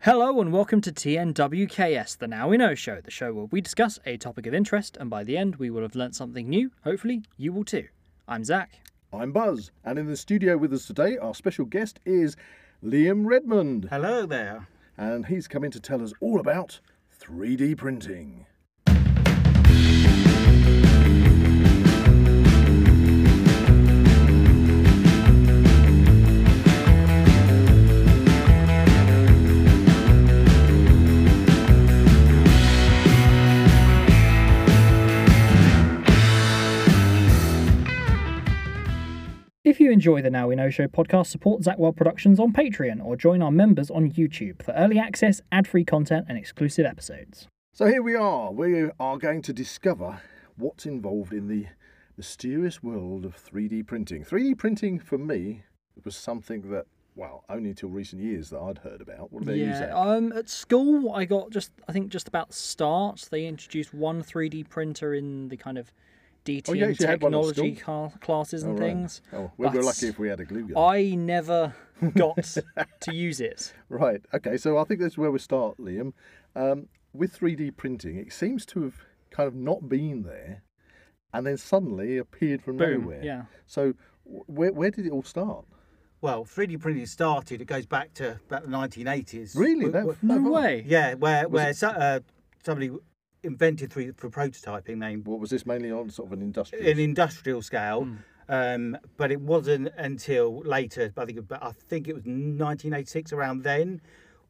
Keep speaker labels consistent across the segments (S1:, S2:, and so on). S1: Hello and welcome to TNWKS, the Now We Know show, the show where we discuss a topic of interest and by the end we will have learnt something new. Hopefully, you will too. I'm Zach.
S2: I'm Buzz, and in the studio with us today, our special guest is Liam Redmond,
S3: Hello there.
S2: and he's coming to tell us all about 3D printing.
S1: If you enjoy the Now We Know show podcast, support Zach Wild Productions on Patreon or join our members on YouTube for early access, ad free content, and exclusive episodes.
S2: So here we are. We are going to discover what's involved in the mysterious world of 3D printing. 3D printing for me was something that, well, only till recent years that I'd heard about. What about you, Zach?
S1: um, at school I got just, I think just about start, they introduced one 3D printer in the kind of DT
S2: Oh, you
S1: and
S2: actually had one at
S1: technology
S2: school?
S1: cal- classes and
S2: All right.
S1: things.
S2: Oh, we were
S1: but
S2: lucky if we had a glue gun.
S1: I never got to use it.
S2: Right. Okay. So I think that's where we start, Liam. Um, with 3D printing, it seems to have kind of not been there, and then suddenly appeared from
S1: Boom,
S2: nowhere.
S1: yeah.
S2: So wh- where where did it all start?
S3: Well, 3D printing started. It goes back to about the 1980s.
S2: Hmm. Really?
S3: Wh-
S2: That,
S3: wh-
S1: No
S2: that-
S1: way.
S3: Yeah, where where
S2: it-
S3: so, uh, somebody invented 3D for prototyping, name
S2: What was this mainly on? Sort of an industrial.
S3: an industrial scale.
S2: Hmm.
S3: Um, but it wasn't until later. I think, but I think it was 1986 around then,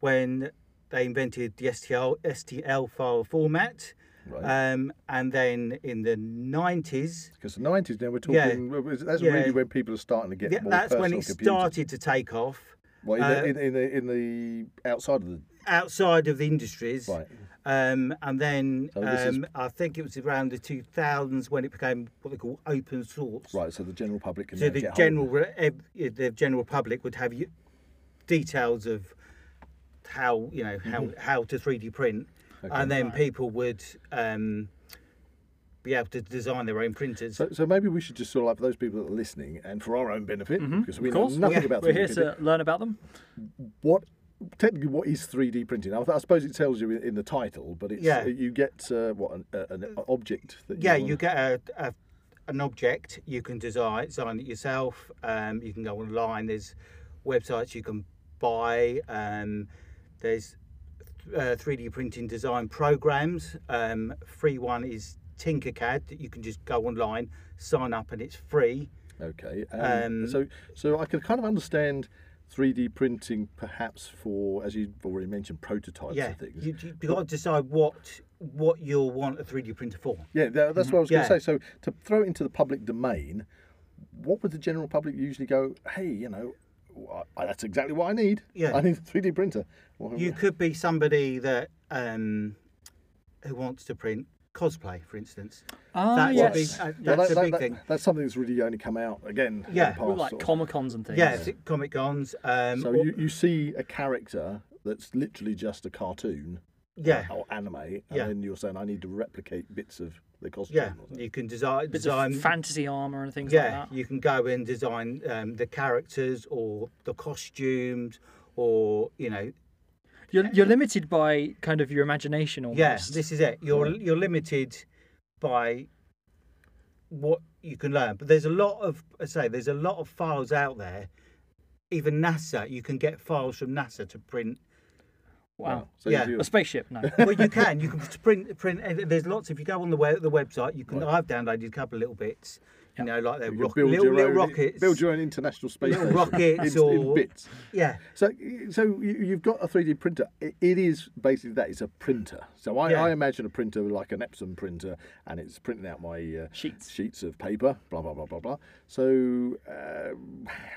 S3: when they invented the STL STL file format.
S2: Right.
S3: Um, and then in the 90s,
S2: because the 90s now we're
S3: Yeah.
S2: talking. well, it's- That's
S3: Yeah.
S2: really when people are starting to get
S3: yeah,
S2: more
S3: that's when
S2: personal
S3: it
S2: computers.
S3: started to take off.
S2: Well, in,
S3: uh,
S2: the, in, the, in the in the outside of the
S3: outside of the industries.
S2: Right.
S3: Um, and then
S2: So this is-
S3: um, I think it was around the 2000s when it became what they call open source.
S2: right, so the general public can
S3: So
S2: now
S3: the
S2: get hold of
S3: general
S2: it.
S3: re- ev- the general public would have you- details of how you know how
S2: Mm-hmm.
S3: how to 3D print, and then people would um, be able to design their own printers.
S2: So, so maybe we should just sort of like for those people that are listening, and for our own benefit,
S3: Mm-hmm,
S2: because we
S1: Of
S2: know
S1: course,
S2: nothing
S1: we're,
S2: about 3D
S1: we're here
S2: printing.
S1: to learn about them.
S2: what technically what is 3D printing? I, I suppose it tells you in, in the title, but it's,
S3: Yeah.
S2: you get uh, what an, uh, an object that
S3: yeah,
S2: you,
S3: you get a, a an object. You can design design it yourself. Um, you can go online. There's websites you can buy. Um, there's uh, 3D printing design programs. Um, free one is Tinkercad that you can just go online, sign up, and it's free.
S2: okay. Um, so so I can kind of understand 3D printing perhaps for as you've already mentioned prototypes
S3: Yeah,
S2: and things.
S3: you you got to decide what what you'll want a 3D printer for.
S2: yeah, tha- that's what I was going
S3: Yeah.
S2: to say. So to throw it into the public domain, what would the general public usually go? Hey, you know. I- that's exactly what I need.
S3: Yeah.
S2: I need a 3D printer. Well,
S3: You could be somebody that um, who wants to print cosplay, for instance.
S1: Ah,
S3: That would be-
S1: yes.
S3: uh, that's
S2: well,
S3: a
S2: that-
S3: big
S2: that-
S3: thing.
S2: That's something that's really only come out again. in
S3: Yeah.
S2: the
S1: With,
S2: past,
S1: like
S2: sort of.
S1: Comic Cons and things.
S3: Yeah, it's Comic Cons. Um,
S2: So
S3: or-
S2: you, you see a character that's literally just a cartoon
S3: yeah,
S2: or anime, and
S3: Yeah.
S2: then you're saying I need to replicate bits of the costume.
S3: yeah,
S2: or something."
S3: you can design
S1: Bits
S3: design.
S1: of fantasy armor and things
S3: yeah,
S1: like that.
S3: you can go and design um, the characters or the costumes, or you know,
S1: You're, you're limited by kind of your imagination almost.
S3: yes, this is it. You're you're limited by what you can learn, but there's a lot of I say there's a lot of files out there. Even NASA, you can get files from NASA to print.
S1: wow.
S2: Ah, So
S3: yeah.
S2: if you-
S1: A spaceship, no.
S3: Well, you can. You can print print. and There's lots. If you go on the web, the website, you can. I've downloaded a couple of little bits. You know, like they're
S2: you
S3: rock,
S2: build
S3: little,
S2: your
S3: little
S2: own,
S3: rockets.
S2: Build your own international space
S3: Little
S2: station
S3: rockets
S2: in, in
S3: or-
S2: bits.
S3: Yeah,
S2: So, so you- you've got a 3D printer. It, it is basically that. It's a printer. So I,
S3: Yeah.
S2: I imagine a printer like an Epson printer, and it's printing out my uh,
S1: Sheets.
S2: sheets of paper. Blah blah blah blah blah. So, uh,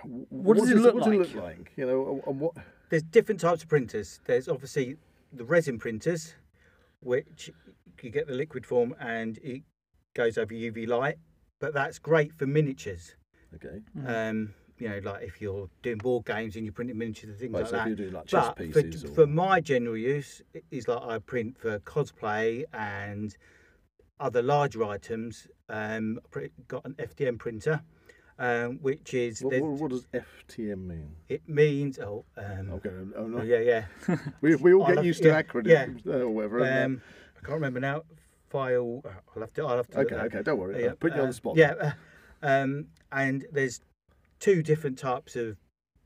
S1: What does it look
S2: what
S1: like?
S2: Does it look like? You know, and what?
S3: there's different types of printers. There's obviously the resin printers, which you get the liquid form and it goes over UV light. But that's great for miniatures.
S2: Okay.
S3: Um, you know, like if you're doing board games and you're printing miniatures and things
S2: Right,
S3: like
S2: so if
S3: that.
S2: you're doing, like, chess
S3: but
S2: pieces
S3: for,
S2: or-
S3: for my general use, it is like I print for cosplay and other larger items. Um, I print- got an FDM printer, um, which is
S2: What,
S3: there's-
S2: what, what does FTM mean?
S3: it means oh um,
S2: Okay, oh, no.
S3: yeah yeah
S2: we, we all
S3: I
S2: get
S3: love-
S2: used to
S3: yeah,
S2: acronyms uh, or whatever. and,
S3: um, I can't remember now. File I'll have to I'll have to
S2: uh,
S3: look
S2: okay,
S3: that up.
S2: okay, don't worry.
S3: Yeah,
S2: I'll put you on
S3: uh,
S2: the spot.
S3: Yeah, uh, um, and there's two different types of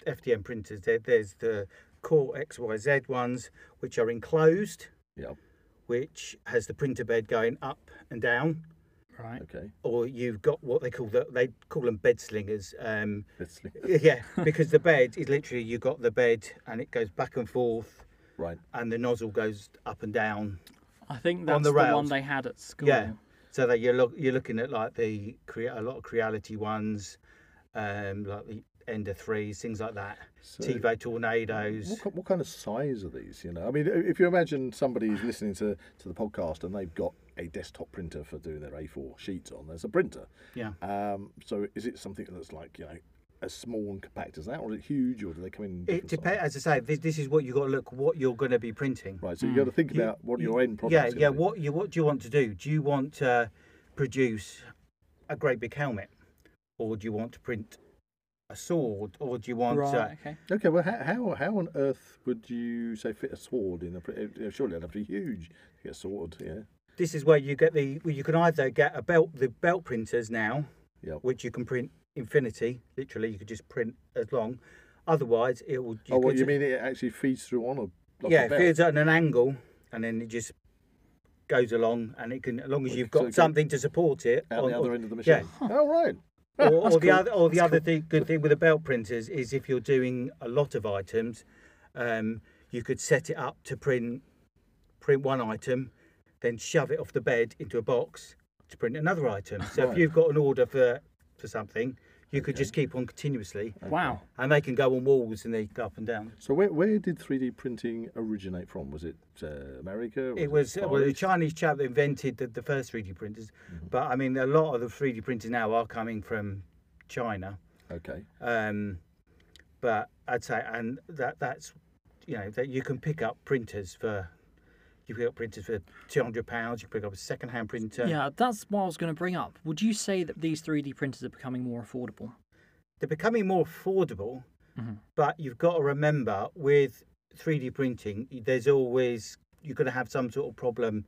S3: FDM printers. There, there's the core XYZ ones, which are enclosed,
S2: Yeah,
S3: which has the printer bed going up and down,
S1: Right.
S2: okay.
S3: or you've got what they call the they call them bed slingers. Um,
S2: Let's see.
S3: yeah, because the bed is literally you've got the bed and it goes back and forth,
S2: Right.
S3: and the nozzle goes up and down.
S1: I think that's
S3: the
S1: the, one
S3: rails.
S1: they had at school.
S3: Yeah. So that you're look, you're looking at like the create a lot of Creality ones, um, like the Ender threes, things like that.
S2: So-
S3: TiVo tornadoes.
S2: What, ki- what kind of size are these? You know, I mean, i- if you imagine somebody who's listening to, to the podcast and they've got a desktop printer for doing their A4 sheets on, there's a printer.
S3: Yeah.
S2: Um, so is it something that's like you know as small and compact as that, or is it huge, or do they come in?
S3: It
S2: different
S3: depends.
S2: sizes?
S3: As I say, this, this is what you got to look what you're going to be printing.
S2: Right. So you got to think
S3: Hmm. You-
S2: about what
S3: you-
S2: your end product.
S3: Yeah,
S2: is gonna
S3: yeah.
S2: be.
S3: What you what do you want to do? Do you want to produce a great big helmet, or do you want to print a sword, or do you want
S1: Right.
S3: uh,
S1: Okay.
S2: Okay. Well, how, how how on earth would you say fit a sword in a? pr- uh, Surely it'd have to be huge to get a sword. Yeah.
S3: this is where you get the well, you can either get a belt the belt printers now
S2: Yeah.
S3: which you can print infinity literally you could just print as long otherwise it will
S2: oh, what
S3: could
S2: you
S3: ju-
S2: mean? It actually feeds through on a. Like
S3: yeah
S2: a
S3: it
S2: belt.
S3: feeds at an angle and then it just goes along and it can as long as
S2: Well,
S3: you've
S2: so it
S3: got
S2: goes
S3: something to support it
S2: Out
S3: on-
S2: the
S3: on-
S2: other end of the machine.
S3: yeah.
S2: Oh right.
S3: or, or
S1: That's
S3: the
S1: cool.
S3: other or the
S1: That's
S3: other thing, good thing with the belt printers is if you're doing a lot of items um, you could set it up to print print one item then shove it off the bed into a box to print another item so
S2: Right.
S3: if you've got an order for for something you could just keep on continuously
S1: Wow.
S3: and they can go on walls and they go up and down
S2: So where, where did 3D printing originate from? Was it uh, America?
S3: It was
S2: Far
S3: well, a
S2: East?
S3: Chinese chap that invented the, the first 3D printers,
S1: Mm-hmm.
S3: but I mean, a lot of the 3D printers now are coming from China.
S2: Okay.
S3: Um, but I'd say, and that that's you know that you can pick up printers for you pick up printers for 200 pounds. You can pick up a second-hand printer.
S1: Yeah, that's what I was going to bring up. Would you say that these 3D printers are becoming more affordable?
S3: They're becoming more affordable, but you've got to remember with 3D printing, there's always you're going to have some sort of problem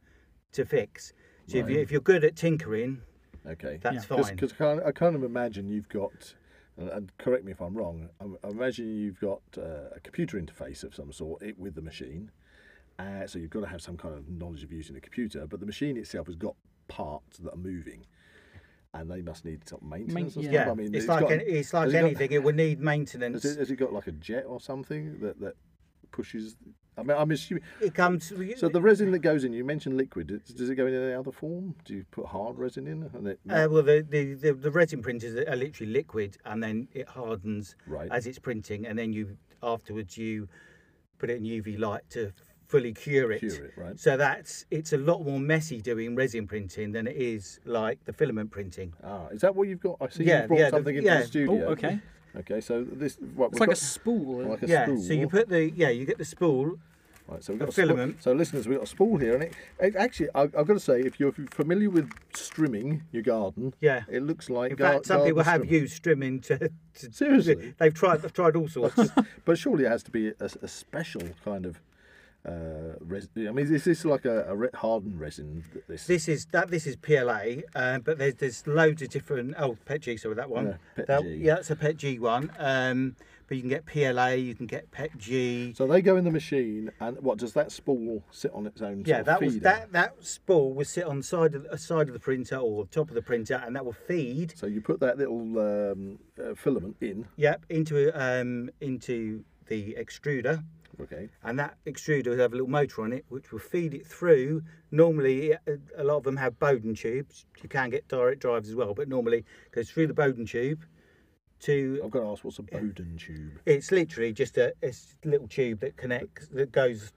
S3: to fix. So if, you, if you're good at tinkering,
S2: Okay.
S3: that's
S2: Because
S3: fine.
S2: I can't, I can't imagine you've got, and- and correct me if I'm wrong, I, I imagine you've got uh, a computer interface of some sort it, with the machine. Uh, so you've got to have some kind of knowledge of using a computer, but the machine itself has got parts that are moving. And they must need some maintenance. or
S1: yeah.
S2: something.
S3: Yeah,
S2: I mean,
S3: it's, like
S2: got-
S3: an, it's like
S2: has it got-
S3: anything. It would need maintenance.
S2: Has it,
S3: It,
S2: has it got like a jet or something that, that pushes? I mean, I'm assuming.
S3: comes.
S2: So the resin that goes in, you mentioned liquid. Does- Does it go in any other form? Do you put hard resin in? And it,
S3: uh, well, the, the, the, the resin printers are literally liquid, and then it hardens
S2: Right.
S3: as it's printing, and then you afterwards you put it in UV light to fully cure it.
S2: Cure it, right.
S3: So that's it's a lot more messy doing resin printing than it is like the filament printing.
S2: ah, is that what you've got? I see
S3: Yeah,
S2: you've brought
S3: yeah, the-
S2: something into
S3: yeah.
S2: the
S3: Oh,
S1: Oh,
S2: studio.
S1: okay.
S2: Okay, so this what,
S1: It's
S2: we've
S1: like a
S2: got,
S1: spool.
S2: like a
S3: yeah.
S2: spool.
S3: So you put the yeah you get the spool.
S2: right, so we've
S3: a
S2: got a spool-
S3: filament.
S2: So listeners, we've got a spool here, and it, it actually, I, I've got to say, if you're familiar with strimming your garden,
S3: Yeah.
S2: it looks like.
S3: In
S2: gar-
S3: fact, some people
S2: garden
S3: have
S2: strimming.
S3: used strimming to, to
S2: Seriously?
S3: They've tried they've tried all sorts.
S2: But surely it has to be a, a special kind of. Uh, res- I mean, is this like a, a re- hardened resin? that This,
S3: This is that. This is PLA, um, but there's there's loads of different. Oh, PET G, sorry, that one.
S2: Yeah, PET
S3: That-
S2: G.
S3: yeah, that's a PET G one. Um, but you can get PLA, you can get PET G.
S2: So they go in the machine, and what does that spool sit on its own? sort
S3: Yeah,
S2: of
S3: that was
S2: feeder?
S3: that that spool would sit on side of the side of the printer or top of the printer, and that will feed.
S2: So you put that little um, uh, filament in.
S3: Yep, into um into the extruder,
S2: Okay.
S3: and that extruder would have a little motor on it, which will feed it through. Normally, a a lot of them have Bowden tubes. You can get direct drives as well, but normally it goes through the Bowden tube to
S2: I've got to ask, what's a Bowden tube?
S3: It's literally just a it's a little tube that connects that goes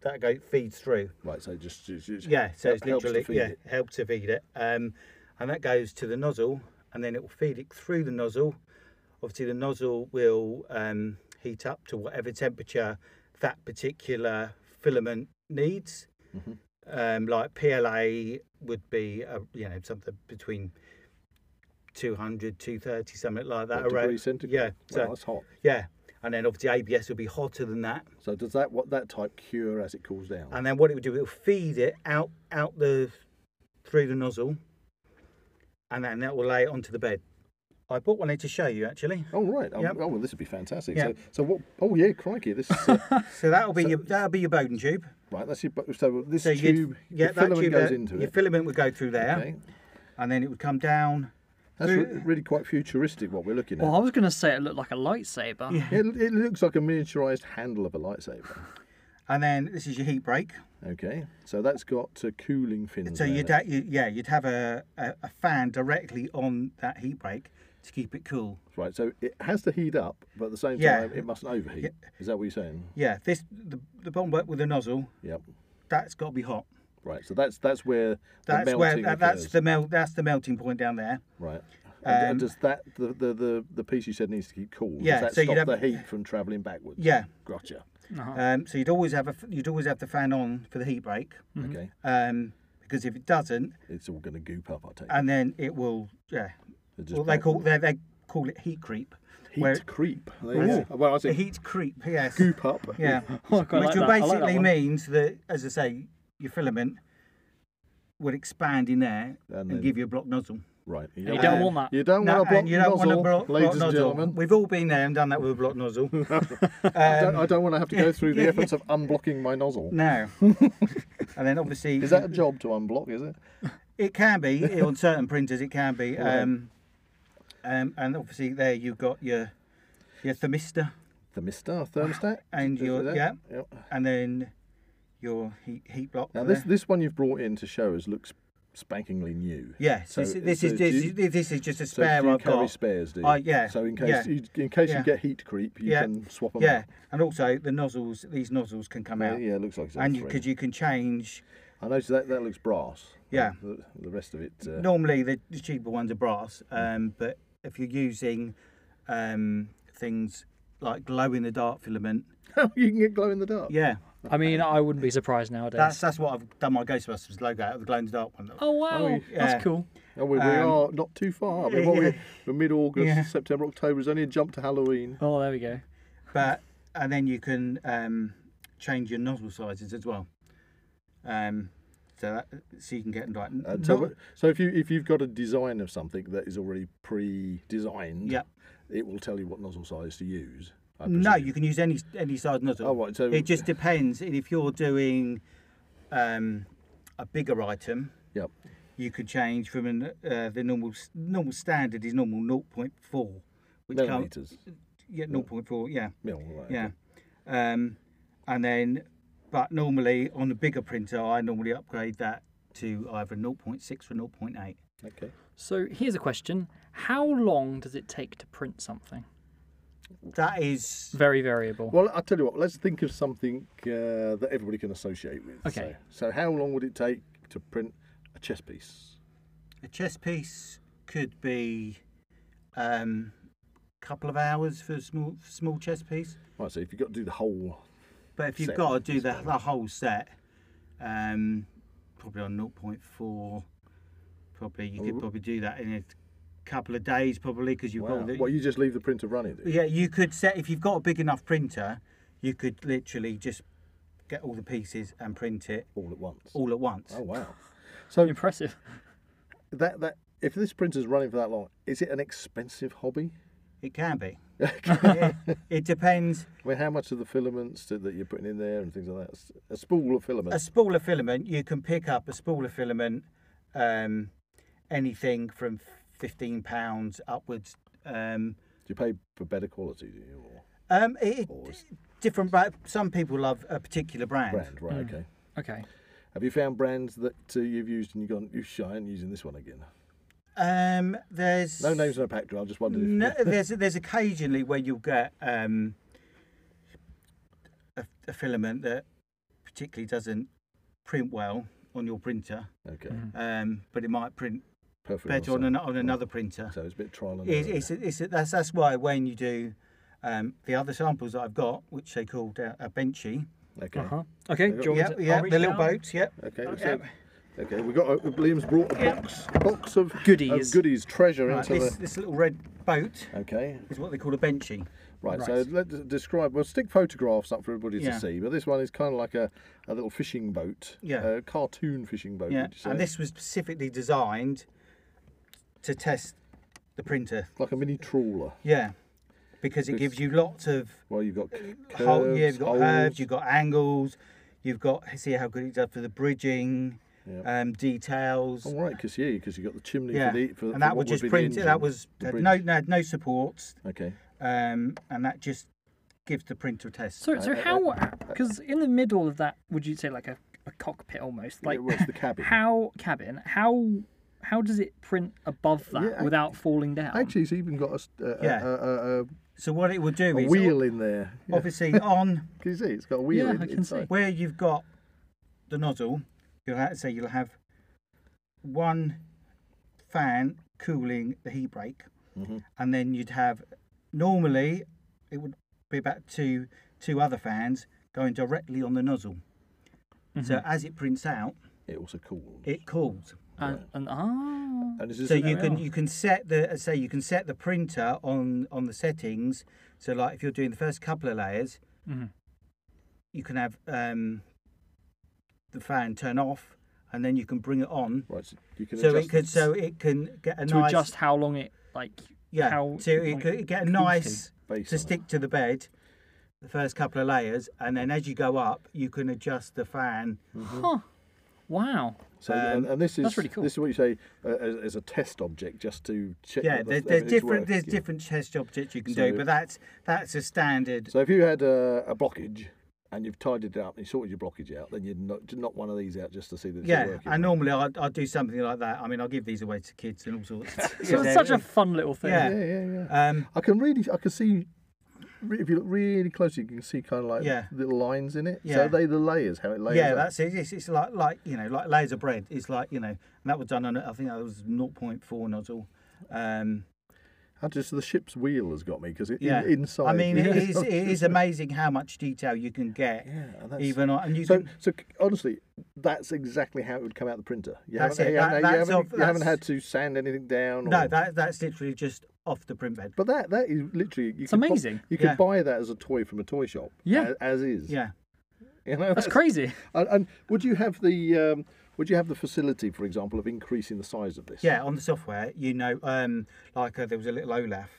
S3: that go feeds through.
S2: Right. So it just, just, just
S3: Yeah, so
S2: helps
S3: it's
S2: to
S3: literally
S2: feed
S3: yeah
S2: it.
S3: helps to feed it, um, and that goes to the nozzle, and then it will feed it through the nozzle. Obviously, the nozzle will um, heat up to whatever temperature that particular filament needs.
S2: Mm-hmm.
S3: Um, like PLA would be uh, you know something between 200, 230, something like that.
S2: What
S3: around-
S2: degree centigrade?
S3: Yeah,
S2: Well,
S3: so
S2: that's hot.
S3: yeah, and then obviously ABS would be hotter than that.
S2: So does that what that type cure as it cools down?
S3: And then what it would do, it would feed it out out the through the nozzle, and then that will lay it onto the bed. I bought one here to show you actually.
S2: oh right. Oh,
S3: Yep.
S2: oh, well, this would be fantastic.
S3: Yeah.
S2: So, so what? Oh yeah, crikey! This uh,
S3: So that'll be your that'll be your Bowden tube.
S2: right. That's your, bu- so this
S3: So you'd-
S2: tube. your
S3: yeah, that
S2: filament
S3: tube
S2: goes
S3: there-
S2: into
S3: your
S2: it.
S3: filament would go through there,
S2: Okay.
S3: and then it would come down.
S2: That's
S3: through-
S2: re- really quite futuristic what we're looking at.
S4: Well, I was going to say it looked like a lightsaber.
S2: It, it looks like a miniaturized handle of a lightsaber.
S3: and then this is your heat break.
S2: Okay, so that's got uh, cooling fins.
S3: So
S2: there.
S3: you'd, ha- you, yeah, you'd have a, a, a fan directly on that heat break to keep it cool.
S2: right. So it has to heat up, but at the same
S3: Yeah.
S2: time, it mustn't overheat. Is that what you're saying?
S3: Yeah, this the, the bomb work with the nozzle.
S2: Yep.
S3: That's got to be hot.
S2: Right. So that's that's where
S3: That's
S2: the
S3: where
S2: melting
S3: that, that's
S2: occurs.
S3: the melt. That's the melting point down there.
S2: right. And, and
S3: um,
S2: does that the, the the the piece you said needs to keep cool? Does
S3: Yeah,
S2: that
S3: so you'd
S2: stop
S3: have-
S2: the heat from travelling backwards?
S3: Yeah.
S2: Gotcha.
S3: Um, so you'd always have a f- you'd always have the fan on for the heat break.
S4: Mm-hmm.
S2: Okay.
S3: Um, because if it doesn't,
S2: It's all going to goop up. I take. it.
S3: and then it will yeah.
S2: It just
S3: Well, they
S2: back-
S3: call they, they call it heat creep.
S2: heat
S3: where-
S2: creep. There you go. Well, I
S3: The
S2: say
S3: heat creep. Yes.
S2: goop up.
S3: Yeah.
S4: Oh, I quite
S3: Which
S4: like
S3: will
S4: that. I like that
S3: basically
S4: one.
S3: means that, as I say, your filament would expand in there
S2: And
S3: and,
S2: then-
S3: give you a block nozzle.
S2: Right.
S4: And you don't want that.
S2: You don't
S3: No,
S2: want a block
S3: and you don't
S2: nozzle,
S3: want a block, block
S2: ladies and
S3: nozzle.
S2: gentlemen.
S3: We've all been there and done that with a block nozzle. Um,
S2: I don't, I don't want to have to go through the efforts of unblocking my nozzle.
S3: no. and then obviously,
S2: Is that a job to unblock? Is it?
S3: it can be on certain printers. It can be. Um, um, and obviously, there you've got your your thermistor
S2: The Mister thermostat.
S3: and
S2: Is it
S3: your
S2: there?
S3: yeah,
S2: Yep.
S3: and then your heat heat block.
S2: Now
S3: there.
S2: this this one you've brought in to show us looks spankingly new.
S3: Yes,
S2: So
S3: this,
S2: it-
S3: this
S2: so
S3: is
S2: do
S3: this,
S2: you-
S3: is this is just a
S2: So
S3: spare
S2: do you
S3: I've
S2: carry
S3: got.
S2: spares, do you?
S3: I- yeah,
S2: So in case
S3: yeah.
S2: you, in case you
S3: Yeah.
S2: get heat creep, you
S3: Yeah.
S2: can swap them.
S3: Yeah, and also the nozzles. These nozzles can come
S2: Out.
S3: out,
S2: Yeah, it looks like it's
S3: and
S2: and
S3: you because you can change.
S2: I noticed that that looks brass.
S3: Yeah.
S2: The, the rest of it. Uh,
S3: Normally the, the cheaper ones are brass,
S2: Mm.
S3: um, but if you're using um, things like glow in the dark filament,
S2: you can get glow in the dark.
S3: yeah,
S4: I mean, I wouldn't be surprised nowadays.
S3: that's that's what I've done my Ghostbusters logo out of the glow in the dark one.
S4: Oh wow,
S3: yeah.
S4: that's cool.
S2: Oh, we, we
S3: Um,
S2: are not too far. I mean,
S3: yeah,
S2: what
S3: yeah.
S2: we're- we're mid-August,
S3: Yeah.
S2: September, October. It's only a jump to Halloween.
S4: Oh, there we go.
S3: But and then you can um, change your nozzle sizes as well, um, so that, so you can get like
S2: Uh, so,
S3: not-
S2: what- so if you if you've got a design of something that is already pre-designed,
S3: Yeah.
S2: it will tell you what nozzle size to use. I
S3: No,
S2: presume.
S3: you can use any any size nozzle.
S2: Oh, right, so-
S3: it just depends. And if you're doing um, a bigger item,
S2: Yep.
S3: you could change from an, uh, the normal s- normal standard is normal 0.4, which come-
S2: Millimeters.
S3: yeah, 0.4, yeah,
S2: Mil, right,
S3: yeah,
S2: okay.
S3: um, and then, but normally on the bigger printer, I normally upgrade that to either 0.6 or 0.8.
S2: Okay.
S4: So here's a question: How long does it take to print something?
S3: That is
S4: Very variable.
S2: Well, I'll tell you what. Let's think of something uh, that everybody can associate with.
S4: Okay.
S2: So, so how long would it take to print a chess piece?
S3: A chess piece could be a um, couple of hours for a small small chess piece,
S2: Right. So if you've got to do the whole,
S3: but if you've
S2: Set.
S3: got to do the, the whole set, um, probably on 0.4, probably you could probably do that in a couple of days, probably because you've
S2: wow.
S3: got the,
S2: well, you just leave the printer running. do you?
S3: yeah you could set if you've got a big enough printer, you could literally just get all the pieces and print it
S2: All at once.
S3: all at once.
S2: Oh wow.
S3: um,
S2: So
S4: Impressive.
S2: that that if this printer's running for that long, is it an expensive hobby?
S3: It can be. it, it depends.
S2: I mean, how much of the filaments to, that you're putting in there and things like that? S- A spool of filament.
S3: a spooler filament, you can pick up a spooler filament, um, anything from fifteen pounds upwards. Um,
S2: Do you pay for better quality? Do you or
S3: um, it,
S2: Or is-
S3: different, but some people love a particular brand.
S2: brand? Right.
S3: Mm.
S2: Okay.
S4: Okay.
S2: Have you found brands that uh, you've used and you've gone, you shy and using this one again?
S3: Um, there's
S2: No names on a pack drill. I just wondered. If,
S3: No, there's there's occasionally where you'll get um, a, a filament that particularly doesn't print well on your printer,
S2: Okay.
S3: um, but it might print
S2: Perfect.
S3: better on,
S2: answer.
S3: an, on another printer.
S2: So it's a bit trial and
S3: It's,
S2: error.
S3: it's, it's, that's, that's why when you do um, the other samples that I've got, which they called uh, a benchy,
S2: Okay.
S4: Huh? Okay. Do you want me
S3: yeah,
S4: to- I'll
S3: yeah,
S4: reach
S3: the little
S4: down.
S3: boats, yeah,
S2: Okay. So Okay, we got a, Liam's brought a box, box of
S4: Goodies.
S2: of goodies, treasure
S3: Right,
S2: into
S3: this,
S2: the.
S3: this little red boat
S2: Okay,
S3: is what they call a benchy.
S2: right. So let's describe. We'll stick photographs up for everybody
S3: Yeah.
S2: to see. But this one is kind of like a, a little fishing boat.
S3: Yeah.
S2: A cartoon fishing boat.
S3: Yeah,
S2: Would you say?
S3: and this was specifically designed to test the printer.
S2: like a mini trawler.
S3: Yeah, because it gives you lots of
S2: Well, you've got
S3: hole,
S2: curves,
S3: Uh, oh, yeah, you've got
S2: holes.
S3: curves, you've got angles, you've got see how good it does for the bridging, um, details.
S2: All right, because yeah, because you've got the chimney
S3: yeah,
S2: for the for, for
S3: and that
S2: what
S3: was just
S2: be the
S3: printed.
S2: engine,
S3: That was
S2: the
S3: had
S2: bridge.
S3: no, no no supports,
S2: Okay.
S3: um, and that just gives the printer a test.
S4: So, so how? Because in the middle of that, would you say like a, a cockpit almost, like
S2: well, it's the cabin.
S4: How cabin? How how does it print above that
S2: Yeah, I-
S4: without falling down?
S2: Actually, it's even got a s- a, a-
S3: Yeah.
S2: a, a, a,
S3: so what it will do
S2: a
S3: is
S2: wheel in there. Yeah.
S3: obviously on
S2: Can you see? It's got a wheel
S4: Yeah,
S2: in
S4: I can
S2: inside.
S4: see.
S3: where you've got the nozzle, you'll have, say you'll have one fan cooling the heat break, and then you'd have normally it would be about two two other fans going directly on the nozzle. So as it prints out,
S2: It also cooled.
S3: it cools.
S4: and, and ah,
S2: And this is
S3: So
S2: an-
S3: you can you can set the as I say you can set the printer on on the settings. So like if you're doing the first couple of layers,
S2: Mm-hmm.
S4: Mhm.
S3: you can have um, the fan turn off, and then you can bring it on.
S2: right. So you can
S3: So
S2: adjust
S3: it could
S2: the-
S3: so it can get a
S4: to
S3: nice
S4: adjust how long it like
S3: yeah.
S4: how
S3: so it
S4: like,
S3: could get a
S4: cools
S3: nice
S2: Base
S3: to
S2: on it.
S3: stick to the bed. The first couple of layers, and then as you go up, you can adjust the fan.
S4: to. Huh. Wow.
S2: So
S3: Um,
S2: and, and this is
S4: really cool.
S2: This is what you say uh, as, as a test object, just to check.
S3: Yeah,
S2: that
S3: there's,
S2: the-
S3: there's
S2: everything's
S3: different
S2: working.
S3: there's different test objects you can
S2: So-
S3: do, but that's that's a standard.
S2: So if you had a, a blockage and you've tidied it up and you sorted your blockage out, then you'd knock, knock one of these out just to see that it's all
S3: Yeah,
S2: working.
S3: and normally I I do something like that. I mean, I'll give these away to kids and all sorts.
S4: So it's such a fun little thing.
S3: Yeah.
S2: yeah, yeah, yeah.
S3: um,
S2: I can really, I can see. re- If you look really closely, you can see kind of like
S3: Yeah.
S2: little lines in it. So
S3: Yeah.
S2: are they the layers, how it layers.
S3: yeah,
S2: up?
S3: that's it. It's, it's like like you know like layers of bread. It's like you know, and that was done on I think that was 0.4 nozzle. Um,
S2: I just the ship's wheel has got me because it,
S3: yeah,
S2: in, inside.
S3: I mean, it
S2: Yeah.
S3: is it is amazing how much detail you can get.
S2: Yeah, and that's-
S3: even on, and you
S2: So,
S3: can
S2: so c- honestly, that's exactly how it would come out the printer. You
S3: That's
S2: haven't,
S3: it,
S2: You, haven't,
S3: that-
S2: you
S3: that's
S2: haven't-
S3: of-
S2: you haven't
S3: that's-
S2: had to sand anything down. Or,
S3: no that that's literally just off the print bed.
S2: but that that is literally. You
S4: It's
S2: could bu-
S4: amazing.
S2: you could
S3: Yeah.
S2: buy that as a toy from a toy shop.
S4: Yeah.
S2: a- as, is.
S3: Yeah,
S2: You know,
S4: That's crazy.
S2: And, and would you have the um, would you have the facility, for example, of increasing the size of this?
S3: yeah. On the software, you know, um, like uh, there was a little Olaf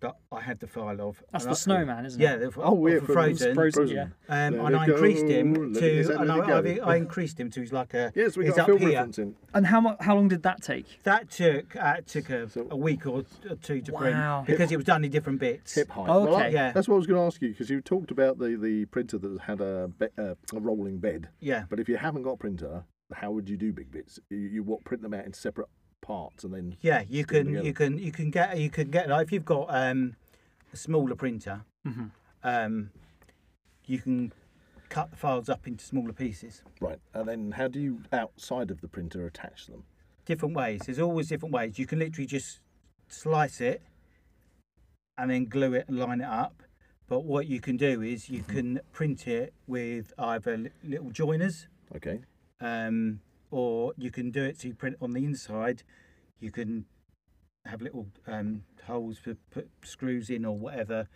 S3: that I had the file of.
S4: That's the
S3: and I-
S4: snowman, isn't
S3: Yeah,
S4: it?
S3: the,
S2: Oh, we're
S3: of
S2: from-
S3: frozen.
S4: Frozen,
S2: Frozen.
S4: yeah.
S3: Um,
S2: Let
S3: and
S2: it
S3: I increased
S2: go,
S3: him
S2: let it- is
S3: to,
S2: that
S3: and
S2: let it
S3: I,
S2: go?
S3: I, I increased him to he's like a
S2: Yes, we
S3: he's
S2: got a
S3: up
S2: film
S3: here.
S2: reference in.
S4: And how mu- how long did that take?
S3: That took uh, took a,
S2: So-
S3: a week or or two to
S4: Wow.
S3: print because it was done in different bits.
S2: Hip height.
S4: Okay.
S2: Well, I-
S3: Yeah.
S2: That's what I was going to ask you because you talked about the, the printer that had a be, uh, a rolling bed.
S3: Yeah,
S2: But if you haven't got a printer, how would you do big bits? You, you what print them out in separate parts and then
S3: yeah. You
S2: Put 'em
S3: can you
S2: together.
S3: can you can get you can get like if you've got um, a smaller printer,
S4: Mhm.
S3: um, you can cut the files up into smaller pieces.
S2: right. And then how do you outside of the printer attach them?
S3: Different ways. There's always different ways. You can literally just slice it and then glue it and line it up. But what you can do is you can print it with either li- little joiners,
S2: Okay.
S3: um, or you can do it so you print it on the inside. You can have little um, holes for put screws in or whatever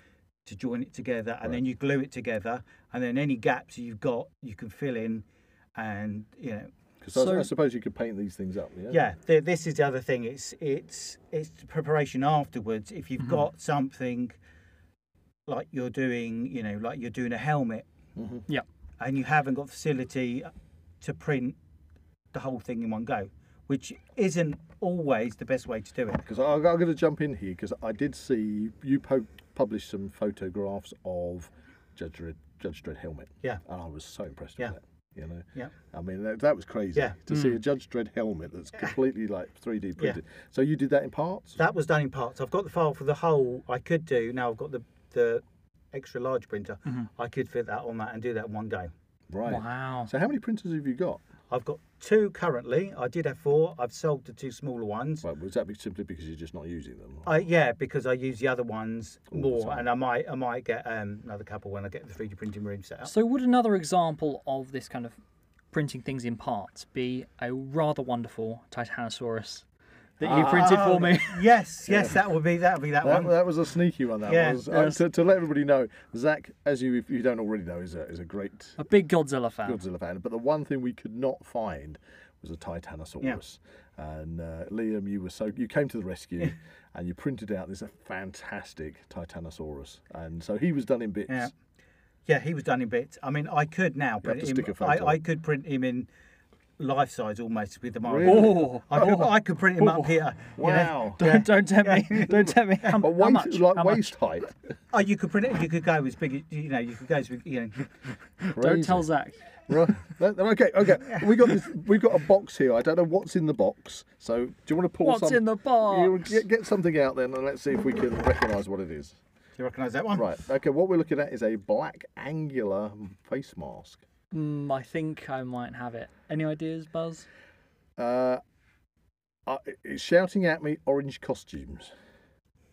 S3: to join it together, and then you glue it together. And then any gaps you've got, you can fill in, and you know
S2: Because I,
S4: So-
S2: suppose you could paint these things up. Yeah.
S3: yeah, th- this is the other thing. It's it's it's the preparation afterwards. If you've got something like you're doing, you know, like you're doing a helmet,
S4: Yeah.
S3: and you haven't got facility to print the whole thing in one go, which isn't always the best way to do it.
S2: Because I'm going to jump in here because I did see you po- published some photographs of Judge Red, Judge Dredd helmet.
S3: Yeah.
S2: And I was so impressed
S3: Yeah.
S2: with that. You know.
S3: Yeah.
S2: I mean that, that was crazy.
S3: Yeah. Mm.
S2: To see a Judge Dredd helmet that's completely like 3D printed. So you did that in parts.
S3: That was done in parts. I've got the file for the whole. I could do now. I've got the the extra large printer. I could fit that on that and do that in one go.
S2: Right.
S4: Wow.
S2: So how many printers have you got?
S3: I've got two currently. I did have four. I've sold the two smaller ones.
S2: Right. Was that be- simply because you're just not using them?
S4: Oh,
S2: or-
S3: I, yeah, because I use the other ones
S2: the
S3: more,
S2: time.
S3: and I might I might get um, another couple when I get the three D printing room set up.
S4: So would another example of this kind of printing things in parts be a rather wonderful Titanosaurus that
S2: Ah.
S4: you printed for me?
S3: Yes, yes, that would be that would be that,
S2: That,
S3: one.
S2: that was a sneaky one. That
S3: Yeah,
S2: was Uh,
S4: yes.
S2: to, to let everybody know. Zach, as you if you don't already know, is a is a great
S4: a big Godzilla fan.
S2: Godzilla fan. But the one thing we could not find was a Titanosaurus. And uh, Liam, you were so you came to the rescue, and you printed out this fantastic Titanosaurus. And so he was done in bits.
S3: Yeah. Yeah, he was done in bits. I mean, I could now print
S2: to
S3: him.
S2: stick a
S3: I,
S2: photo.
S3: I could print him in life size almost with the mark.
S2: Really?
S4: Oh,
S3: I, could, I could print him up here. you know.
S2: Wow.
S4: don't, don't tempt me. Don't tempt me. How,
S2: But
S4: how
S2: waist,
S4: much?
S2: like
S4: How much?
S2: waist height.
S3: Oh, you could print it. You could go as big. as You know, you could go as big. You know.
S4: Don't
S2: Crazy.
S4: tell Zach.
S2: Right. That- that- okay, okay. We got this. We've got a box here. I don't know what's in the box. So do you want to pull
S4: What's
S2: some-
S4: in the box?
S2: You get, get something out then, and let's see if we can recognise what it is.
S3: Do you recognise that one?
S2: Right. Okay. What we're looking at is a black angular face mask.
S4: Mm, I think I might have it. Any ideas, Buzz?
S2: Uh, I, it's shouting at me orange costumes,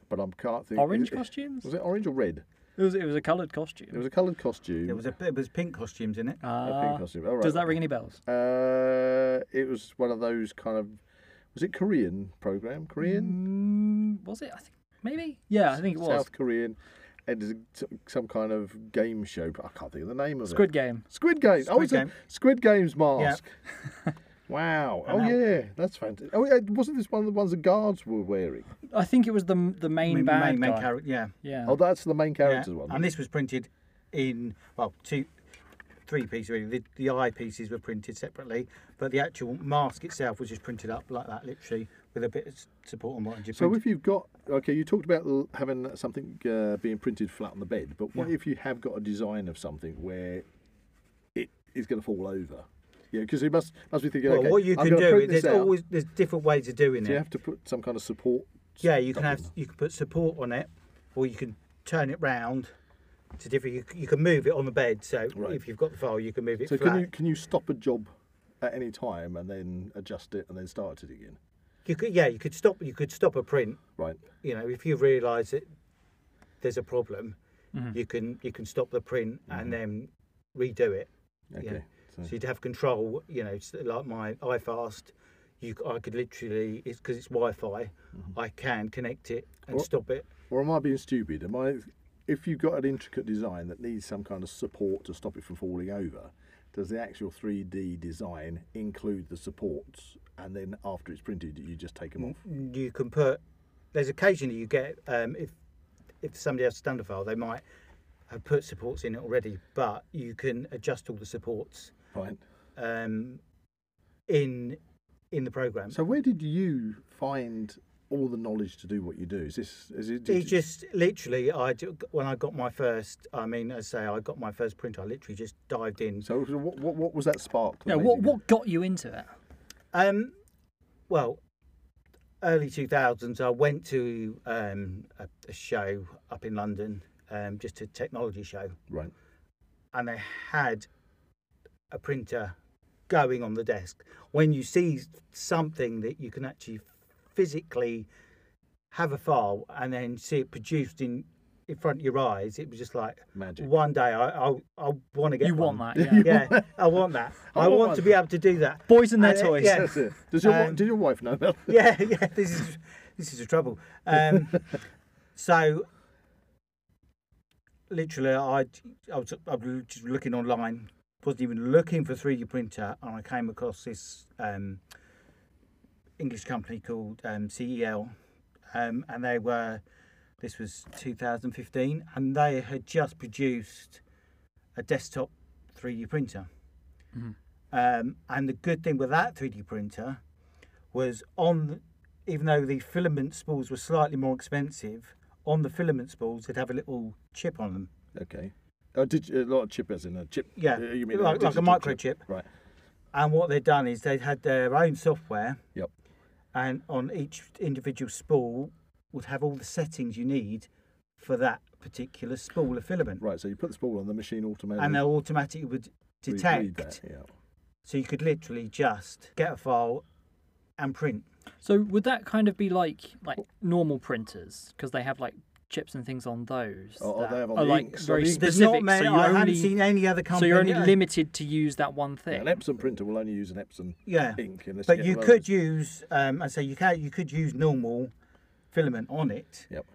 S2: but I can't think.
S4: Orange
S2: is it-
S4: costumes?
S2: Was it orange or red?
S4: It was it was a coloured
S2: It
S4: costume.
S2: was a coloured costume.
S3: There was a it was pink costumes in it.
S2: a pink
S4: Ah,
S2: costume. All right.
S4: does that ring any bells?
S2: Uh, it was one of those kind of. Was it Korean program? Korean,
S4: Mm, was it? I think maybe. Yeah, I think it was.
S2: South Korean, and it's a- some kind of game show. I can't think of the name of
S4: Squid
S2: it.
S4: Game.
S2: Squid Game. oh,
S3: Squid
S2: it's
S3: Game.
S2: a Squid Game's mask. wow. Oh
S3: know.
S2: yeah, that's fantastic. Oh, yeah, wasn't this one of the ones the guards were wearing?
S4: I think it was the the main
S3: main,
S4: bad
S3: main, main
S4: guy.
S3: character. Yeah.
S4: Yeah.
S2: Oh, that's the main
S3: yeah.
S2: character's one.
S3: And this was printed in well two, three pieces really. The, the eye pieces were printed separately, but the actual mask itself was just printed up like that, literally with a bit of s- support on what you
S2: So
S3: printed.
S2: if you've got okay, you talked about l- having something uh, being printed flat on the bed, but what if you have got a design of something where it is going to fall over? Yeah, because you must must be thinking.
S3: Well,
S2: okay,
S3: what you
S2: I'm
S3: can
S2: gonna
S3: do
S2: print
S3: is
S2: this
S3: there's
S2: out.
S3: always there's different ways of doing
S2: Do you
S3: it.
S2: have to put some kind of support?
S3: Yeah, you can
S2: stuff
S3: have
S2: on
S3: you can put support on it, or you can turn it round to different. You, c- you can move it on the bed, so
S2: Right.
S3: if you've got the file, you can move it.
S2: So
S3: flat.
S2: can you can you stop a job at any time and then adjust it and then start it again?
S3: You could yeah, you could stop you could stop a print.
S2: Right.
S3: You know, if you realise that there's a problem,
S2: Mm-hmm.
S3: you can you can stop the print and then redo it.
S2: Okay. So,
S3: So you'd have control. You know, s- like my iFast, you c- I could literally it's because it's Wi-Fi,
S2: Mm-hmm.
S3: I can connect it and
S2: Or-
S3: stop it.
S2: or am I being stupid? Am I? If you've got an intricate design that needs some kind of support to stop it from falling over, does the actual 3D design include the supports, and then after it's printed, you just take them off?
S3: you can put there's occasionally you get um, if if somebody has a standard file they might have put supports in it already but you can adjust all the supports
S2: Right.
S3: um, in in the program
S2: So where did you find all the knowledge to do what you do? Is this? Is it? did
S3: it
S2: you-
S3: just literally i ju- when i got my first i mean as i say i got my first print i literally just dived in
S2: so so what, what, what was that spark? that
S4: yeah.
S2: made
S4: What
S2: you go,
S4: what got you into it?
S3: Um, well, early 2000s, I went to um, a, a show up in London, um, just a technology show.
S2: Right.
S3: And they had a printer going on the desk. When you see something that you can actually physically have a file and then see it produced in, in front of your eyes, it was just like,
S2: Magic.
S3: one day I, I, I want to get
S4: You
S3: one.
S4: want that? Yeah.
S3: Yeah, I want that. I,
S2: want
S3: want,
S2: one.
S3: to be able to do that.
S4: Boys and their
S3: And it-
S4: toys.
S3: yeah.
S2: That's it. Does your wi-
S3: Um,
S2: did your wife know that?
S3: yeah, yeah. This is this is a trouble. Um, so literally, I I was, I was just looking online, wasn't even looking for three D printer, and I came across this um, English company called um, CEL, um, and they were this was 2015, and they had just produced a desktop 3D printer. Um, and the good thing with that 3D printer was on, even though the filament spools were slightly more expensive, on the filament spools they'd have a little chip on them.
S2: Okay. Oh, did you, a lot of chip as in a chip?
S3: Yeah,
S2: uh, you mean
S3: like- like a
S2: digital chip.
S3: microchip.
S2: Right.
S3: And what they'd done is they'd had their own software,
S2: Yep.
S3: and on each individual spool would have all the settings you need for that particular spool of filament.
S2: Right. So you put the spool on the machine automatically.
S3: And they automatically would
S2: re-
S3: detect.
S2: read that, yeah.
S3: So you could literally just get a file and print.
S4: So would that kind of be like like normal printers because they have like chips and things on those
S2: Oh, oh,
S4: that
S2: they have on
S4: are
S2: the
S4: like
S2: inks,
S4: very
S2: on the inks.
S4: specific.
S3: There's not many.
S4: so you're
S3: I haven't
S4: only,
S3: seen any other
S4: so
S3: company.
S4: you're only
S3: uh,
S4: limited to use that one
S2: Yeah,
S4: thing.
S2: an Epson printer will only use an Epson
S3: Yeah.
S2: ink unless.
S3: But
S2: get
S3: you
S2: one of
S3: could
S2: those.
S3: use, um, I say you can, you could use normal filament on it.
S2: Yep.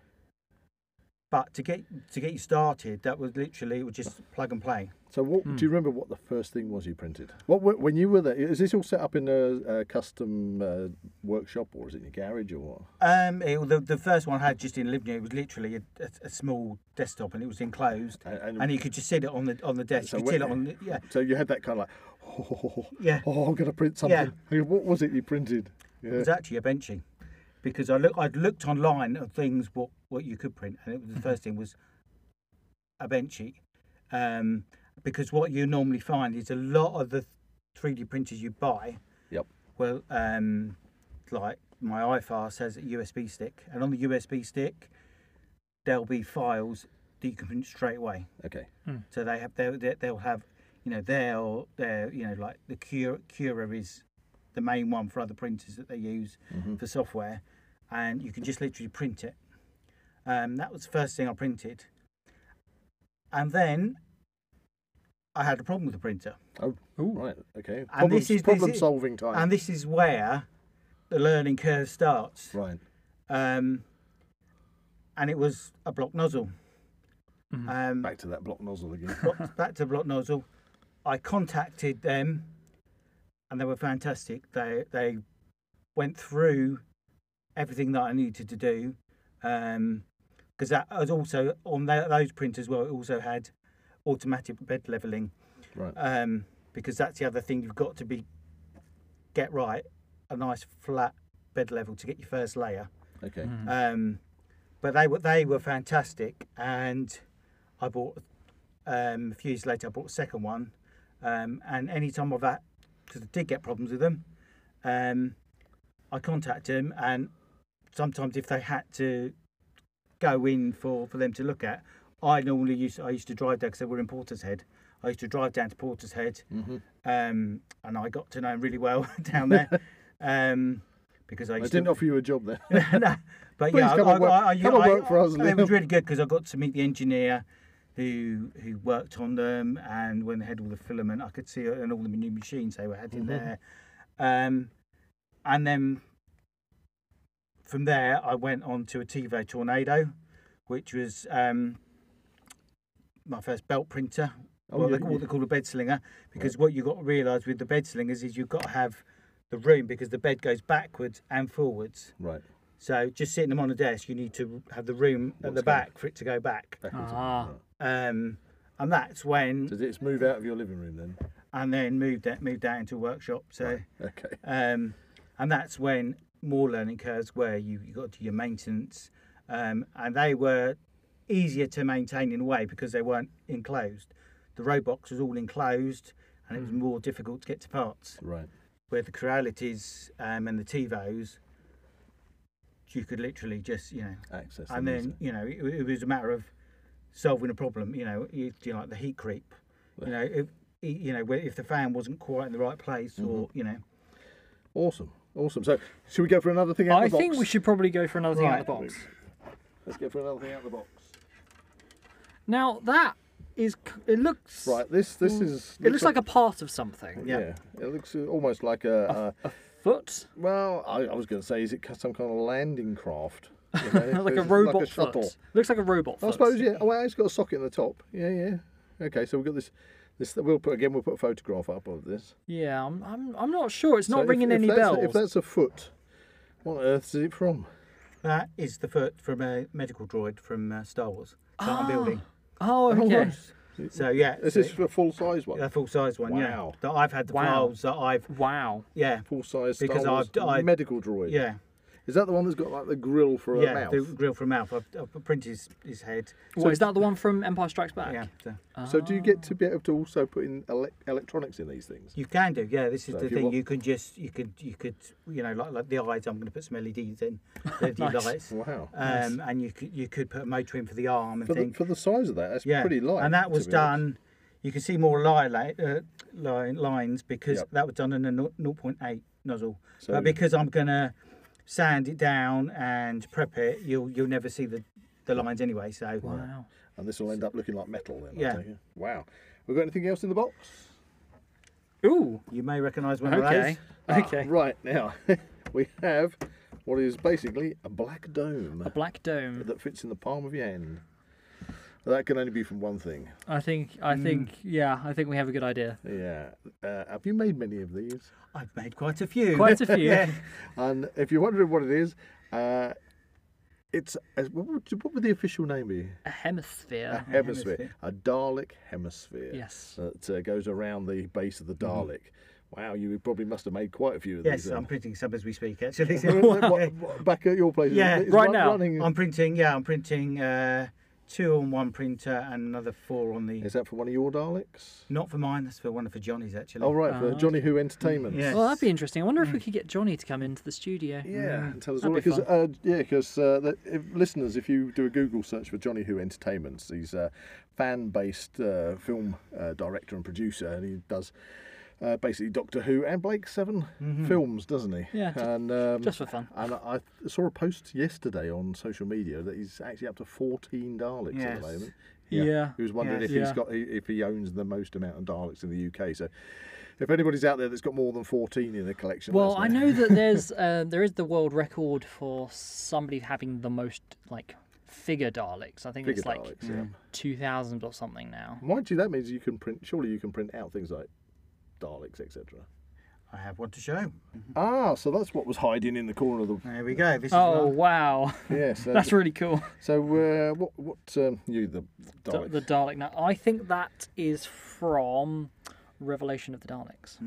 S3: But to get to get you started, that was literally it was just plug and play.
S2: So, what
S3: Hmm.
S2: do you remember? What the first thing was you printed? What were- when you were there? Is this all set up in a, a custom uh, workshop, or is it in your garage, or what?
S3: Um, it, the, the first one I had just in Livnia, it was literally a, a, a small desktop and it was enclosed,
S2: And- and-
S3: and, you could just sit it on the on the desk.
S2: So
S3: you
S2: what-
S3: could sit it on, the, yeah.
S2: So you had that kind of like, oh,
S3: Yeah.
S2: oh, I'm going to print something. What was it you printed?
S3: It
S2: Yeah.
S3: was actually a benching, because I look I'd looked online at things what what you could print, and it was, the first thing was a benchy, um, because what you normally find is a lot of the 3D printers you buy.
S2: Yep.
S3: Well, um, like my iFar says a USB stick, and on the USB stick, there'll be files that you can print straight away.
S2: Okay.
S3: So they have they'll, they- they'll have you know they'll they're you know like the Cura Cura is the main one for other printers that they use for software, and you can just literally print it. Um, that was the first thing I printed, and then I had a problem with the printer,
S2: Oh,
S4: Ooh.
S2: right. Okay.
S3: and
S2: Problem,
S3: this is
S2: problem
S3: this is-
S2: solving time.
S3: and this is where the learning curve starts.
S2: right.
S3: Um, and it was a block nozzle. Um,
S2: Back to that block nozzle again.
S3: block- back to block nozzle. I contacted them, and they were fantastic. They they went through everything that I needed to do, because that was also on tho- those printers. Well, it also had automatic bed leveling,
S2: Right.
S3: um, because that's the other thing you've got to be get right. A nice flat bed level to get your first layer.
S2: Okay.
S3: Um, but they were they were fantastic, and I bought um, a few years later. I bought a second one, um, and any time I've had because I did get problems with them, um, I contact them, and sometimes if they had to go in for, for them to look at, I normally used I used to drive there because they were in Porter's Head. I used to drive down to Porter's Head, um, and I got to know 'em really well down there. Um, because I
S2: I
S3: used to
S2: didn't offer you a job then.
S3: no, but
S2: Please
S3: yeah,
S2: come
S3: I,
S2: and work-
S3: I, I,
S2: come and
S3: I-
S2: work for us,
S3: It was
S2: Liam.
S3: really good because I got to meet the engineer who who worked on them, and when they had all the filament, I could see it and all the new machines they were had
S2: Mm-hmm.
S3: in there. Um, and then from there, I went on to a TiVo Tornado, which was um, my first belt printer.
S2: Oh,
S3: what,
S2: you-
S3: they,
S2: you-
S3: what they call a bed slinger, because what you got to realise with the bed slingers is you've got to have the room because the bed goes backwards and forwards.
S2: Right.
S3: So just sitting them on a desk, you need to have the room at the
S2: What's going-
S3: back for it to go back.
S2: Backwards.
S4: Ah,
S3: Um, and that's when,
S2: Did it move out of your living room then?
S3: and then moved that moved out into a workshop. So,
S2: Okay.
S3: um, and that's when more learning curves where you, you got to do your maintenance, um, and they were easier to maintain in a way because they weren't enclosed. The Robox was all enclosed, and
S2: Hmm.
S3: it was more difficult to get to parts.
S2: Right.
S3: where the Crealities um, and the TiVos, you could literally just, you know,
S2: Access.
S3: and
S2: them
S3: then, you know, it, it was a matter of solving a problem, you know, you, you know, like the heat creep, you know, if, you know, where- if the fan wasn't quite in the right place or,
S2: Mm-hmm.
S3: you know,
S2: Awesome. Awesome. So, should we go for another thing out
S4: I
S2: of the box?
S4: think we should probably go for another thing out of the
S2: Right.
S4: box.
S2: Let's go for another thing out of the box.
S4: Now that is, c- it looks
S2: Right. This this is.
S4: It looks like a part of something.
S2: Yeah. It looks uh, almost like a. Uh,
S4: Foot.
S2: well, I, I was going to say, is it ca- some kind of landing craft? You know,
S4: like a
S2: it's
S4: robot
S2: like a
S4: foot.
S2: shuttle.
S4: Looks like a robot foot.
S2: I suppose yeah. Oh, well, it's got a socket in the top. Yeah, yeah. Okay, so we've got this. This we'll put again. We'll put a photograph up of this.
S4: Yeah, I'm, I'm, I'm not sure. It's not
S2: So if-
S4: ringing
S2: if
S4: any
S2: that's a-
S4: bells.
S2: if that's a foot, what on earth is it from?
S3: that is the foot from a medical droid from uh, Star Wars that I'm building.
S4: oh, okay.
S2: right.
S3: So, yeah,
S2: Ah. This
S3: so
S2: is a full size one.
S3: a full size one,
S2: Wow.
S3: yeah. That I've had the
S4: Wow.
S3: files that I've,
S4: Wow.
S3: yeah,
S2: Full size Star
S3: Because
S2: Wars
S3: I've- I-
S2: medical droid.
S3: yeah.
S2: Is that the one that's got like the grill for a
S3: Yeah,
S2: mouth?
S3: the grill for mouth. I've, I've printed his, his head.
S4: What, is that the one from Empire Strikes Back?
S3: Yeah. so-
S2: So do you get
S3: Ah.
S2: to be able to also put in ele- electronics in these things?
S3: You can do, yeah. This is
S2: So
S3: the
S2: if you
S3: thing.
S2: want-
S3: You can just, you could, you could, you know, like like the eyes. I'm going to put some LEDs in, LED lights.
S2: Wow.
S3: Um, and you could you could put a motor in for the arm and
S2: For the,
S3: thing.
S2: for the size of that, that's
S3: yeah,
S2: pretty light.
S3: and that
S2: to
S3: was
S2: be honest.
S3: done. You can see more li- li- uh, line, lines because
S2: Yep.
S3: that was done in a 0- 0.8 nozzle.
S2: So-
S3: but because I'm going to sand it down and prep it, you'll you'll never see the the lines anyway. So
S4: Wow.
S2: And this will end up looking like metal then. I
S3: Yeah.
S2: take it. Wow. We got anything else in the box?
S4: Ooh.
S3: you may recognise one of
S4: Okay.
S3: those.
S2: Ah,
S4: Okay.
S2: right now, we have what is basically a black dome
S4: A black dome.
S2: that fits in the palm of your hand. That can only be from one thing.
S4: I think. I think. Yeah. I think we have a good idea.
S2: Yeah. Uh, have you made many of these?
S3: I've made quite a few.
S4: Quite a few.
S3: yeah.
S2: And if you're wondering what it is, uh, it's uh, what would, what would the official name be?
S4: A hemisphere.
S2: a hemisphere,
S3: hemisphere.
S2: a Dalek hemisphere.
S4: Yes.
S2: That uh, goes around the base of the Dalek. Wow, you probably must have made quite a few of
S3: Yes,
S2: these. then.
S3: I'm printing some as we speak. Actually,
S2: What- what- what- back at your place. is-
S3: Yeah,
S2: is
S4: right
S2: one
S4: now,
S2: running-
S3: I'm printing. Yeah, I'm printing uh, two on one printer and another four on the.
S2: Is that for one of your Daleks?
S3: Not for mine. That's for one of for Johnny's actually.
S2: Oh, right, for
S4: Ah.
S2: Johnny Who Entertainment.
S3: Yeah.
S4: Well, that'd be interesting. I wonder if we could get Johnny to come into the studio.
S2: Yeah, and tell us all
S4: That'd be
S2: because
S4: fun.
S2: uh, yeah, because uh, the- if, listeners, if you do a Google search for Johnny Who Entertainments, he's a fan-based uh, film uh, director and producer, and he does uh, basically Doctor Who and Blake 7 films, doesn't he?
S4: Mm-hmm. Yeah, ju-
S2: and um,
S4: just for fun.
S2: And I I saw a post yesterday on social media that he's actually up to 14 Daleks at
S3: Yes.
S2: the moment.
S4: Yeah.
S2: He was wondering
S3: Yes.
S2: if he's
S4: Yeah.
S2: got if he owns the most amount of Daleks in the UK. So, if anybody's out there that's got more than 14 in their collection, let
S4: Well,
S2: us
S4: I know that there's uh, there is the world record for somebody having the most like figure Daleks. I think
S2: Figure
S4: it's like
S2: Daleks, yeah.
S3: Mm.
S4: two thousand or something now.
S2: Mind you, that means you can print. Surely you can print out things like Daleks, etc.
S3: I have one to show.
S2: Ah, so that's what was hiding in the corner of the.
S3: There we go. This
S4: Oh
S3: is
S4: wow,
S2: Yes, uh,
S4: that's really cool.
S2: so. Uh, what what um, you the
S4: D-
S2: Daleks?
S4: The Dalek. Now I think that is from Revelation of the Daleks.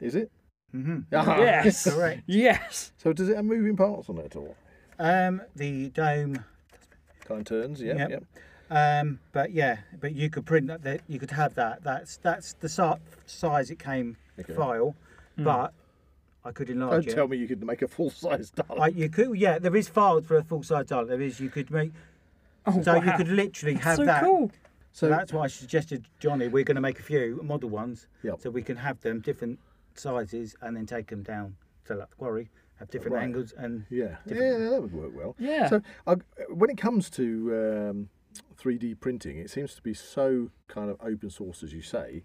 S2: Is it?
S3: hmm
S2: Ah,
S4: Yes.
S3: Correct.
S4: Yes.
S2: So does it have moving parts on it at all?
S3: Um, the dome.
S2: Time turns. Yeah.
S3: Yep.
S2: Yep.
S3: Um, but yeah, but you could print that. that you could have that. That's that's the si- size it came
S2: Okay.
S3: file,
S4: Hmm.
S3: but I could
S2: Don't
S3: enlarge it.
S2: Oh, tell me you could make a full size Dalek.
S3: I, you could, yeah. There is files for a full size dial. There is. You could make.
S4: Oh,
S3: so you
S4: wow.
S3: could literally have
S4: so
S3: that.
S4: cool.
S3: So that's why I suggested Johnny. We're going to make a few model ones,
S2: Yep.
S3: so we can have them different sizes and then take them down to like the quarry, have different
S2: Right.
S3: angles and
S2: Yeah, yeah, that would work well.
S4: Yeah.
S2: So I, when it comes to um, 3D printing, it seems to be so kind of open source, as you say.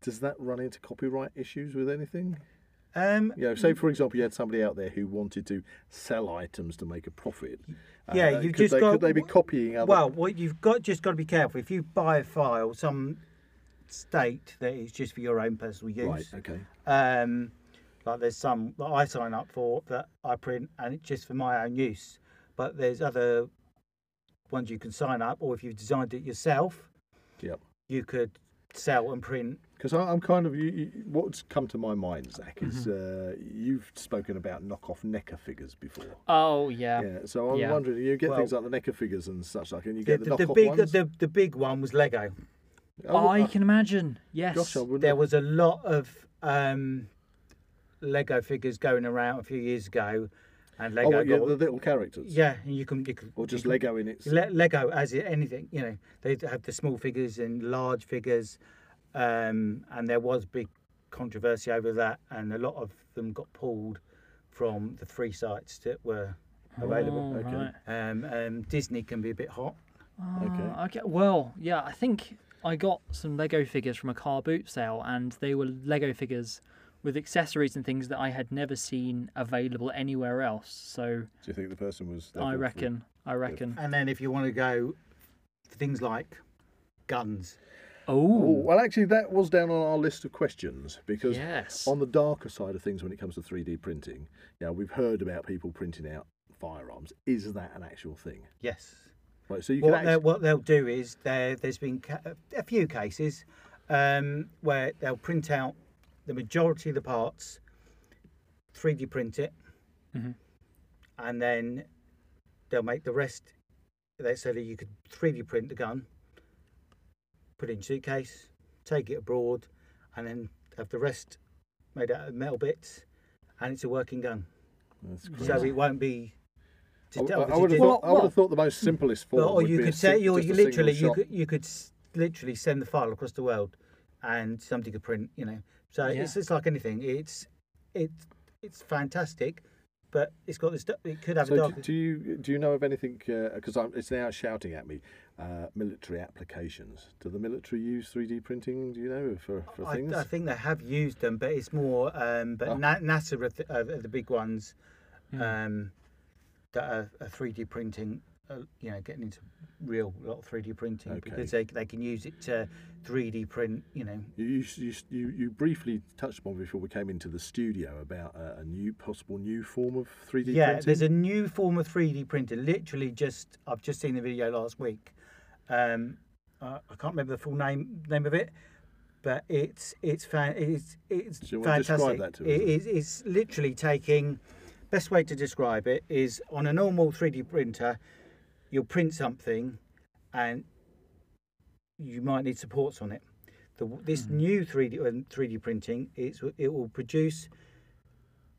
S2: Does that run into copyright issues with anything?
S3: um,
S2: You know, say for example, you had somebody out there who wanted to sell items to make a profit. Uh,
S3: Yeah, you've
S2: could
S3: just
S2: they,
S3: got-
S2: could they be copying other?
S3: Well, what you've got just got to be careful. If you buy a file, some state that it's just for your own personal use.
S2: right, okay,
S3: Um, like there's some that I sign up for that I print and it's just for my own use. But there's other ones you can sign up, or if you've designed it yourself,
S2: yep.
S3: you could sell and print.
S2: Because I'm kind of you, you, what's come to my mind, Zach,
S3: Mm-hmm.
S2: is uh, you've spoken about knockoff Necker figures before.
S4: Oh yeah.
S2: Yeah, so I'm
S4: Yeah.
S2: wondering, you get
S3: Well-
S2: things like the Necker figures and such like, and you
S3: The,
S2: get the,
S3: the, the
S2: knockoff
S3: big
S2: ones.
S3: the, the big one was Lego.
S2: Oh,
S4: I
S2: uh,
S4: can imagine. Yes.
S2: Gosh, I wouldn't.
S3: There was a lot of um, Lego figures going around a few years ago, and
S2: oh,
S3: Lego
S2: what, yeah,
S3: got
S2: the little characters.
S3: yeah, and you can you can
S2: Or just Lego in its.
S3: Le- Lego as it, anything, you know, they have the small figures and large figures, um, and there was big controversy over that, and a lot of them got pulled from the free sites that were available.
S4: Oh,
S2: Okay.
S4: right.
S3: Um, um, Disney can be a bit hot.
S2: Okay.
S4: Ah, Okay. Well, yeah, I think I got some Lego figures from a car boot sale, and they were Lego figures with accessories and things that I had never seen available anywhere else. So
S2: Do you think the person was?
S4: I
S2: therefore-
S4: reckon, I reckon.
S3: And then if you want to go for things like guns,
S2: Oh,
S4: Oh,
S2: well, actually, that was down on our list of questions because
S4: yes.
S2: on the darker side of things, when it comes to 3D printing, yeah, we've heard about people printing out firearms. Is that an actual thing?
S3: yes.
S2: Right. So you can
S3: What, they,
S2: actually.
S3: what they'll do is there, there's been ca- a few cases um, where they'll print out the majority of the parts, 3D print it,
S2: Mm-hmm.
S4: Mhm.
S3: and then they'll make the rest. They so that you could 3D print the gun, put it in a suitcase, take it abroad, and then have the rest made out of metal bits, and it's a working gun.
S2: That's
S3: So
S2: crazy.
S3: it won't be.
S2: I, I- I
S3: obviously
S2: would have
S3: digital.
S2: thought. I would have thought the most simplest form.
S3: Well, or
S2: would
S3: you
S2: be a
S3: could
S2: sing-
S3: say, you,
S2: just
S3: you
S2: a single
S3: literally, you
S2: shot.
S3: could, you could s- literally send the file across the world, and somebody could print. You know, so it's,
S4: Yeah.
S3: it's like anything. It's it's it's fantastic, but it's got this. It could have a
S2: So
S3: dark.
S2: do, do you do you know of anything? Because I'm it's now shouting at me. Uh, military applications. Do the military use three D printing? Do you know for, for
S3: I,
S2: things?
S3: I think they have used them, but it's more. Um, but
S2: Oh. Hmm.
S3: Na- NASA are, th- are the big ones um, that are, are 3D printing. Uh, you know, getting into real lot of 3D printing because they, they can use it to 3D print. You know,
S2: You, you, you, you, you briefly touched upon before we came into the studio about a, a new possible new form of 3D
S3: yeah.
S2: printing.
S3: There's a new form of 3D printer. Literally, just I've just seen the video last week. Um, uh, I can't remember the full name name of it, but it's it's fan it's it's
S2: Do you want to
S3: fantastic.
S2: describe that to us?
S3: It is it's literally taking best way to describe it is on a normal 3D printer, you'll print something, and you might need supports on it. The, this
S2: Hmm.
S3: new 3D um, 3D printing it's it will produce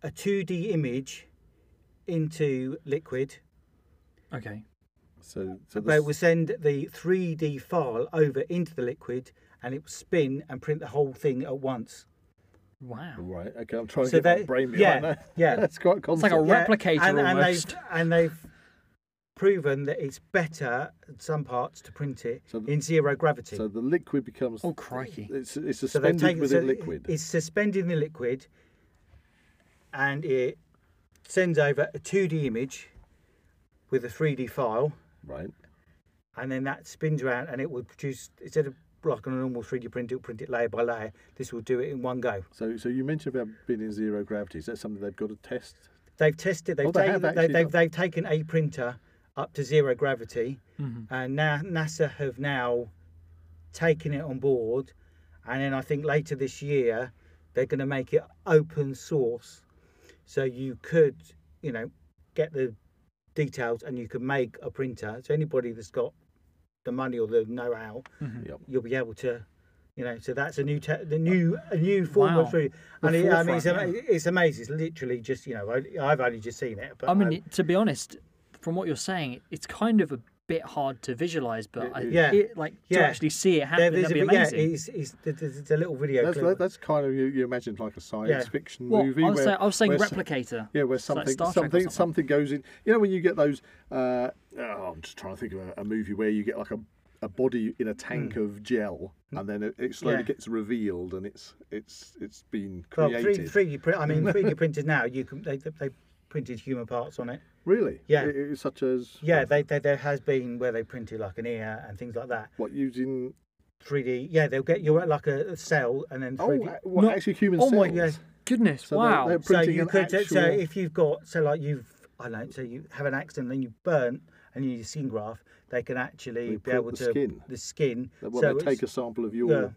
S3: a 2D image into liquid
S4: Okay.
S2: so so
S3: they will
S2: this,
S3: send the 3D file over into the liquid and it will spin and print the whole thing at once.
S4: Wow.
S2: right. Okay, I'm trying
S3: so
S2: to get
S3: they-
S2: my brain
S3: yeah,
S2: behind that.
S3: yeah.
S2: that's quite
S4: It's like
S2: concept.
S4: a replicator
S3: and, and
S4: almost.
S3: they've, and they've proven that it's better, in some parts, to print it
S2: So th-
S3: in zero gravity.
S2: so the liquid becomes.
S4: Oh crikey.
S2: It's it's
S3: So they've
S2: suspended
S3: taken
S2: within
S3: so
S2: liquid.
S3: It's suspended in the liquid, and it sends over a 2D image with a 3D file,
S2: right.
S3: and then that spins around and it will produce instead of like on a normal 3D print, it'll print it layer by layer. This will do it in one go.
S2: So so you mentioned about being in zero gravity. Is that something they've got to test?
S3: They've tested. They've
S2: Oh, they have
S3: taken. They
S2: actually
S3: they, have
S2: done-
S3: they've taken a printer up to zero gravity,
S2: Mm-hmm.
S3: and now NASA have now taken it on board, and then I think later this year they're going to make it open source, so you could you know get the details and you could make a printer. So anybody that's got the money or the know-how,
S4: Mm-hmm.
S2: Yep.
S3: you'll be able to. You know, so that's a new te- the new a new form
S4: Wow.
S3: of food,
S4: The
S3: and it, I mean, it's, ama-
S4: forefront,
S3: it's amazing. It's literally just you know, I, I've only just seen it, but um,
S4: I mean, it- to be honest, from what you're saying, it's kind of a bit hard to visualize, but I,
S3: Yeah.
S4: it, like
S3: Yeah.
S4: to actually see it happen, that'd be
S3: bit- yeah,
S4: amazing.
S3: it's, it's, it's, it's a little video
S2: That's
S3: clip.
S2: that's kind of you, you imagined like a science
S3: Yeah.
S2: fiction
S4: well,
S2: movie.
S4: I was,
S2: where-
S4: say- I was saying
S2: where s-
S4: replicator.
S2: Yeah, where
S4: It's like
S2: something
S4: Star Trek or
S2: something something goes in. You know when you get those. Uh, oh, I'm just trying to think of a, a movie where you get like a, a body in a tank of gel, and then it, it slowly
S3: Hmm. Yeah.
S2: gets revealed, and it's it's it's been
S3: well,
S2: created.
S3: three three D print. I mean, three D printers now. You can they, they they printed human parts on it.
S2: Really?
S3: Yeah.
S2: It- it's such as
S3: Yeah, they, they there has been where they printed like an ear and things like that.
S2: what using?
S3: Three D. Yeah, they'll get you at like a a cell and then
S2: Oh,
S3: three D.
S2: a- what,
S4: Not-
S2: actually human
S4: oh my
S2: cells.
S3: yeah.
S4: Goodness,
S2: So they're-
S4: wow.
S2: they're
S3: so
S2: printing
S3: you
S2: an
S3: could so
S2: actual-
S3: if you've got so like you've I don't know, so you have an accident and you burn and you need a skin graft, they can actually
S2: They
S3: be
S2: print
S3: able
S2: the
S3: to
S2: skin.
S3: the skin.
S2: Well,
S3: so
S2: they
S3: it's-
S2: take a sample of your
S3: yeah.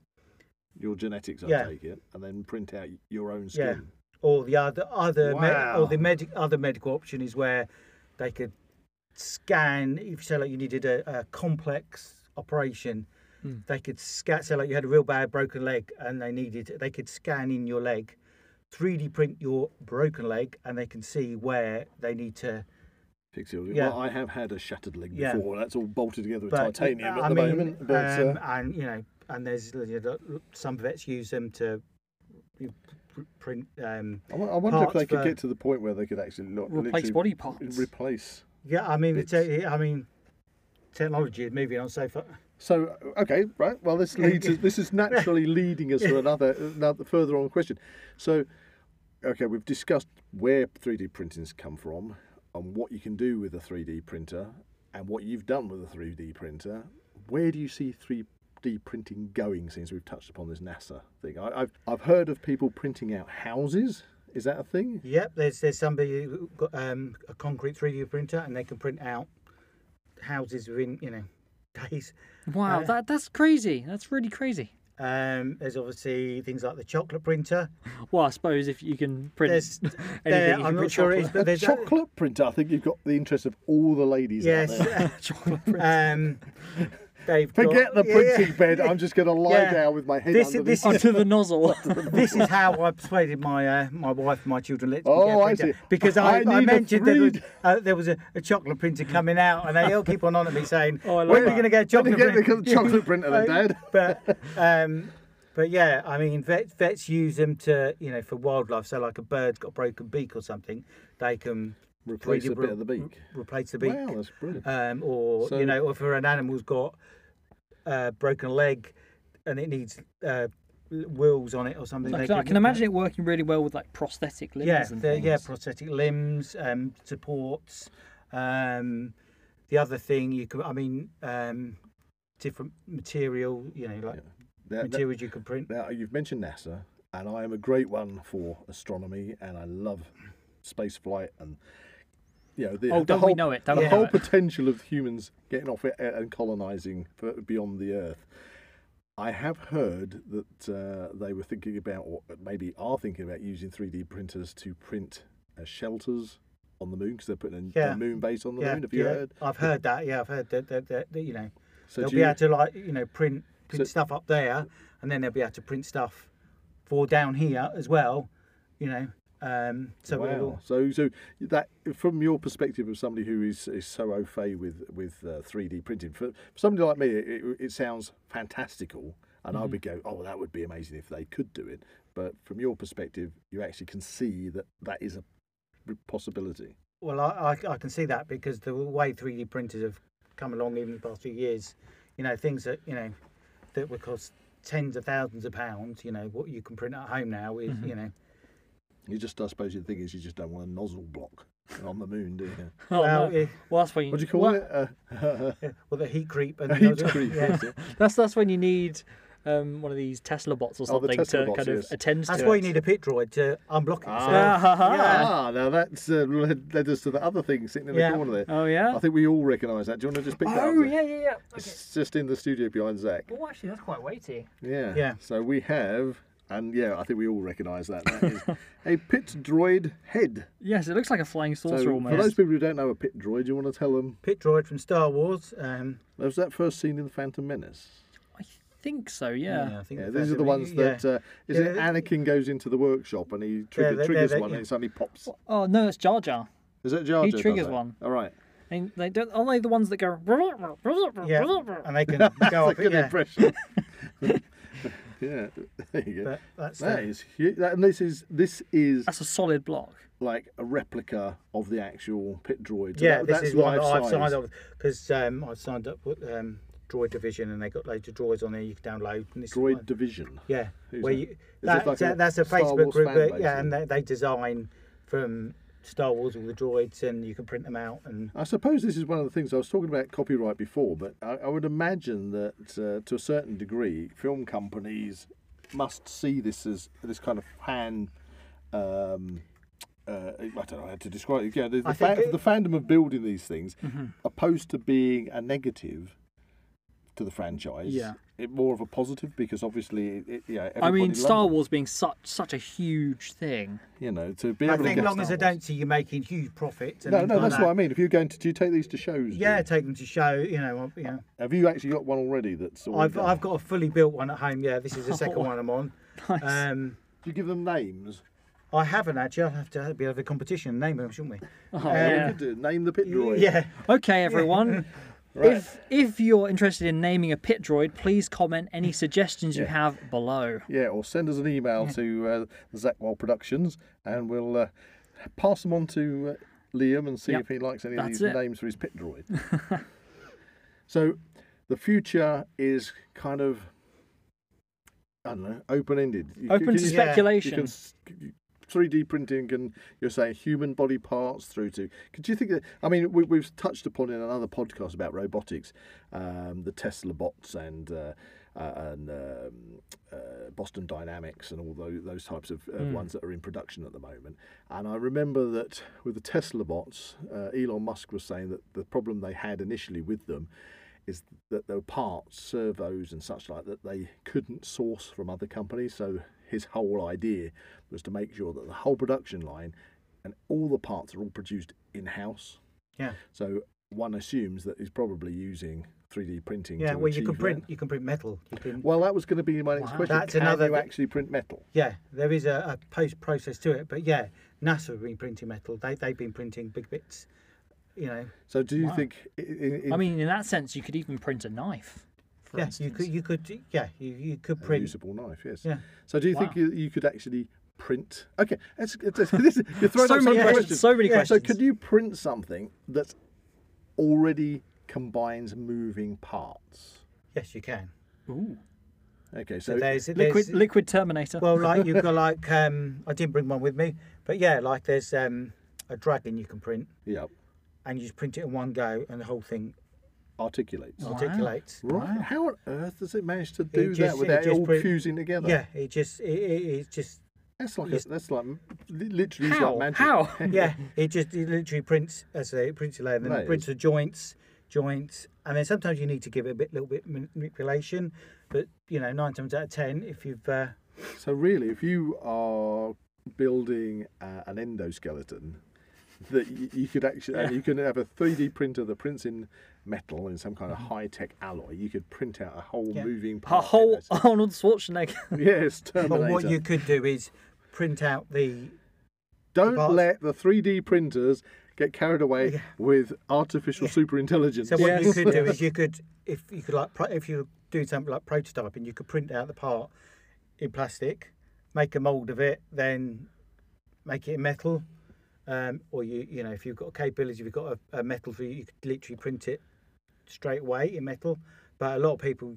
S2: your genetics, I
S3: Yeah.
S2: take it, and then print out your own
S3: Yeah.
S2: skin.
S3: or the other other me-
S2: Wow.
S3: or the medic other medical option is where they could scan if say like you needed a, a complex operation
S2: Hmm.
S3: they could scan say like you had a real bad broken leg and they needed they could scan in your leg 3d print your broken leg and they can see where they need to
S2: Fix your.
S3: Yeah.
S2: Well, I have had a shattered leg
S3: Yeah.
S2: before. That's all bolted together with
S3: but
S2: titanium
S3: uh,
S2: at
S3: I
S2: the
S3: mean,
S2: moment. But
S3: um,
S2: uh,
S3: and you know and there's you know, some vets use them to pr- print um
S2: I wo- I wonder if
S3: parts
S2: they could
S3: for-
S2: get to the point where they could actually lo-
S4: Replace
S2: literally
S4: body parts.
S2: Replace.
S3: Yeah, I mean, it's,
S2: bits.
S3: uh, I mean, technology is moving on so far.
S2: So uh, okay, right. Well, this leads. us- this is naturally leading us to another, another further on question. So, okay, we've discussed where 3D printings come from and what you can do with a 3D printer and what you've done with a 3D printer. Where do you see 3D printing going? Since we've touched upon this NASA thing, I, I've I've heard of people printing out houses. Is that a thing?
S3: Yep, there's there's somebody who got um, a concrete 3D printer and they can print out houses within you know days.
S4: Wow, that, that's crazy. That's really crazy.
S3: Um, there's obviously things like the chocolate printer.
S4: Well, I suppose if you can print
S3: There's,
S4: anything,
S3: there,
S4: you
S3: I'm
S4: can
S3: not
S4: print
S3: sure it is,
S4: chocolate.
S3: but
S2: A
S3: there's
S2: chocolate printer. I think you've got the interest of all the ladies. out
S3: Yes,
S2: there.
S4: Chocolate print.
S3: um, they've got-
S2: Forget the
S3: yeah, yeah.
S2: printing bed. I'm just going to lie
S3: Yeah.
S2: down with my head
S3: This-
S2: under
S3: this
S2: this.
S3: is-
S4: Onto the nozzle.
S3: this is how I persuaded my uh, my wife and my children let me
S2: Oh,
S3: get a
S2: I
S3: printer
S2: see.
S3: because I,
S2: I
S3: I,
S2: need a
S3: mentioned there was,
S2: 3D.
S3: uh, there was a, a chocolate printer coming out, and they all keep on on at me saying,
S4: Oh, I love
S3: "When are
S4: that.
S3: we going to get a
S2: When
S3: chocolate
S2: you get the
S3: printer?"
S2: chocolate printer, then, Dad.
S3: but um, But yeah, I mean, vets, vets use them to, you know, for wildlife. So, like a bird's got a broken beak or something, they can
S2: Replace a
S3: 3D
S2: bit
S3: re-
S2: of the beak.
S3: replace the beak.
S2: Wow, that's brilliant.
S3: um, or
S2: So-
S3: you know, if an animal's got a broken leg and it needs uh, l- wheels on it or something,
S4: I
S3: they
S4: can, I can imagine it working really well with like prosthetic limbs
S3: Yeah,
S4: and
S3: the-
S4: things.
S3: yeah, prosthetic limbs, um, supports. Um, the other thing you can, I mean, um, different material, you know, like
S2: Now- now-
S3: materials you can print.
S2: Now, you've mentioned NASA, and I am a great one for astronomy, and I love space flight and you know the,
S4: Oh,
S2: the
S4: don't we
S2: whole,
S4: know it, don't
S2: the
S4: we know
S2: whole
S4: it?
S2: potential of humans getting off it a- and colonizing f- beyond the Earth. I have heard that uh, they were thinking about, or maybe are thinking about, using 3D printers to print uh, shelters on the moon because they're putting a, a
S3: Yeah.
S2: moon base on the
S3: yeah,
S2: moon. Have you
S3: yeah,
S2: heard?
S3: I've heard that. Yeah, I've heard that. That, that, that you know,
S2: So
S3: they'll
S2: do
S3: be
S2: you-
S3: able to like you know print print
S2: So-
S3: stuff up there, and then they'll be able to print stuff for down here as well. You know, um, so
S2: wow.
S3: it'll,
S2: So, so that from your perspective of somebody who is, is so au fait with with uh, three D printing, for, for somebody like me, it, it- it sounds fantastical, and I would go,
S3: Mm-hmm.
S2: oh, that would be amazing if they could do it. But from your perspective, you actually can see that that is a possibility.
S3: well, I, I I can see that because the way three D printers have come along even the past few years, you know, things that you know that would cost tens of thousands of pounds. You know, what you can print at home now is
S2: Mm-hmm.
S3: you know.
S2: You just, I suppose, the thing is, you just don't want a nozzle block on the moon, do you?
S4: Oh,
S3: Well,
S4: no.
S3: it-
S4: well, that's when you,
S2: What do you call
S4: well,
S2: it?
S3: yeah, well, the heat creep and
S2: A
S3: the
S2: heat
S3: other-
S2: creep.
S3: yeah.
S2: is it?
S4: That's that's when you need um, one of these Tesla bots or
S2: Oh, the
S4: something
S2: Tesla
S4: to
S2: bots,
S4: kind
S2: yes.
S4: of attend to.
S3: That's
S4: it.
S3: why you need a pit droid to unblock it.
S2: Ah.
S3: so- Yeah.
S2: Ah, now that's uh, led led us to the other thing sitting in the
S3: Yeah.
S2: corner there.
S4: Oh yeah.
S2: I think we all recognise that. Do you want to just pick that up?
S4: Oh yeah, yeah, yeah. Okay.
S2: It's just in the studio behind Zach.
S4: Well, actually, that's quite weighty.
S2: Yeah.
S3: Yeah.
S2: So we have, and yeah, I think we all recognise that. That is a pit droid head.
S4: Yes, it looks like a flying
S2: So
S4: saucer
S2: for those
S4: almost.
S2: people who don't know a pit droid, you want to tell them?
S3: Pit droid from Star Wars. Um,
S2: Was that first seen in the Phantom Menace?
S4: I think so. Yeah.
S3: I think
S2: Yeah,
S3: the
S2: these
S3: first
S2: are the
S3: of-
S2: ones
S3: yeah.
S2: that uh, is
S3: Yeah,
S2: it
S3: they-
S2: Anakin goes into the workshop and he trigger,
S3: they-
S2: triggers
S3: they-
S2: one and
S3: yeah.
S2: it suddenly pops.
S4: Oh no, it's Jar Jar.
S2: Is that Jar Jar?
S4: He
S2: does
S4: triggers
S2: that?
S4: one.
S2: All right.
S4: And they don't. Aren't they the ones that go?
S3: Yeah, and they can go
S2: That's a
S3: up it.
S2: good
S3: Oh, Yeah.
S2: impression. yeah. There you go.
S3: But uh, that's
S2: That
S3: the,
S2: is huge. That, and this is this is
S4: That's a solid block.
S2: like a replica of the actual pit droid. So
S3: yeah.
S2: that-
S3: this
S2: that's
S3: is one
S2: life
S3: that I've
S2: size.
S3: signed up because um, I signed up with um, Droid Division, and they got loads of droids on there you can download. And this is
S2: Droid
S3: one-
S2: Division.
S3: yeah,
S2: Who's
S3: where
S2: that?
S3: you
S2: it
S3: that,
S2: like a
S3: that- that's a
S2: Star
S3: Facebook
S2: Wars
S3: group,
S2: fan
S3: that,
S2: base,
S3: yeah, and
S2: isn't
S3: they, they design from Star Wars all the droids, and you can print them out. And
S2: I suppose this is one of the things I was talking about copyright before, but I, I would imagine that uh, to a certain degree, film companies must see this as this kind of fan. Um, uh, I don't know how to describe it. Yeah, the, the,
S3: I think
S2: fa-
S3: it- Mm-hmm.
S2: the fandom of building these things, opposed to being a negative to the franchise,
S4: Yeah.
S2: it more of a positive because obviously, it, it, yeah.
S4: I mean,
S2: everybody
S4: Star
S2: loves it,
S4: Wars being such such a huge thing.
S2: You know, to be
S3: I
S2: able to
S3: think
S2: get
S3: as long as
S2: Star Wars.
S3: I don't see you making huge profits. And
S2: No,
S3: things
S2: no,
S3: like
S2: that's
S3: that,
S2: what I mean. If you're going to, do you take these to shows? do
S3: Yeah,
S2: you?
S3: take them to show. You know, you know.
S2: Have you actually got one already? That's all
S3: I've
S2: done?
S3: I've got a fully built one at home. Yeah, this is the second one I'm on.
S4: Nice.
S3: Um,
S2: Do you give them names?
S3: I haven't actually. I'll have to be have a competition. Name them, shouldn't we?
S4: Oh,
S2: Yeah,
S4: yeah.
S2: we could do. Name the pit droid.
S3: Yeah.
S4: Okay, everyone.
S2: Right.
S4: If if you're interested in naming a pit droid, please comment any suggestions you have below.
S2: Yeah, or send us an email to uh, Zackwell Productions and we'll uh, pass them on to uh, Liam and see
S4: Yep.
S2: if he likes any of
S4: That's
S2: these
S4: it.
S2: names for his pit droid. so the future is kind of, I don't know, open ended.
S4: Open to
S3: yeah, you
S4: speculation.
S2: You can, s- you- 3D printing and you're saying human body parts through to. Could you think that? I mean, we, we've touched upon in another podcast about robotics, um, the Tesla bots and uh, uh, and um, uh, Boston Dynamics and all those, those types of uh, ones that are in production at the moment. And I remember that with the Tesla bots, uh, Elon Musk was saying that the problem they had initially with them is that there were parts, servos, and such like that they couldn't source from other companies. So his whole idea was to make sure that the whole production line and all the parts are all produced in house.
S3: Yeah.
S2: So one assumes that he's probably using 3D printing.
S3: Yeah,
S2: to
S3: well, you can
S2: achieve
S3: print.
S2: that.
S3: You can print metal. You can.
S2: Well, that was going to be my next
S4: Wow.
S2: question.
S3: That's
S2: Can
S3: another
S2: you
S3: thi-
S2: actually print metal?
S3: Yeah, there is a, a post process to it, but yeah, NASA have been printing metal. They they've been printing big bits. You know,
S2: So do you
S4: Wow.
S2: think? i- i- in-
S4: I mean, in that sense, you could even print a knife for
S3: yeah, you
S4: instance.
S3: could, you could, yeah, you, you could
S2: A
S3: print.
S2: usable knife, yes.
S3: Yeah.
S2: So do you think
S4: Wow.
S2: you, you could actually print? Okay, it's, it's, it's, this is- you're throwing
S4: So
S2: up
S4: many
S2: some
S4: questions,
S2: questions.
S4: so many
S2: So
S4: questions.
S2: could you print something that already combines moving parts?
S3: Yes, you can.
S4: Ooh.
S2: Okay, so,
S3: So there's, there's
S4: Liquid, liquid Terminator.
S3: well, like you've got like um, I didn't bring one with me, but yeah, like there's um, a dragon you can print,
S2: yeah,
S3: and you just print it in one go, and the whole thing
S2: articulates.
S4: Wow.
S3: articulates.
S2: Right.
S4: Wow.
S2: How on earth does it manage to do
S3: just-
S2: that
S3: Oh, it
S2: without it,
S3: just
S2: all
S3: print-
S2: fusing together?
S3: Yeah, it just it, it, it's just
S2: That's like
S3: Yes.
S2: a, that's like m- li- literally it's
S4: How?
S2: like magic.
S4: How?
S3: yeah, it just it literally prints as I say, it prints a layer, then
S2: Right.
S3: it prints the joints, joints, and then sometimes you need to give it a bit, little bit of manipulation, but you know nine times out of ten, if you've uh,
S2: So really, if you are building uh, an endoskeleton, that you, you could actually and you can have a three D printer that prints in metal in some kind of high tech alloy. You could print out a whole
S3: Mm-hmm. Yeah.
S2: moving
S4: A
S2: part.
S4: whole
S2: endos-
S4: Arnold Schwarzenegger.
S2: yes,
S3: but
S2: Terminator.
S3: what you could do is print out the
S2: Don't
S3: parts-
S2: let the three D printers get carried away
S3: Yeah.
S2: with artificial super intelligence.
S3: So what you
S4: Yes.
S3: could do is you could, if you could like, pro- if you do something like prototyping, you could print out the part in plastic, make a mold of it, then make it in metal, um, or you you know if you've got capability, if you've got a, a metal for you, you could literally print it straight away in metal. But a lot of people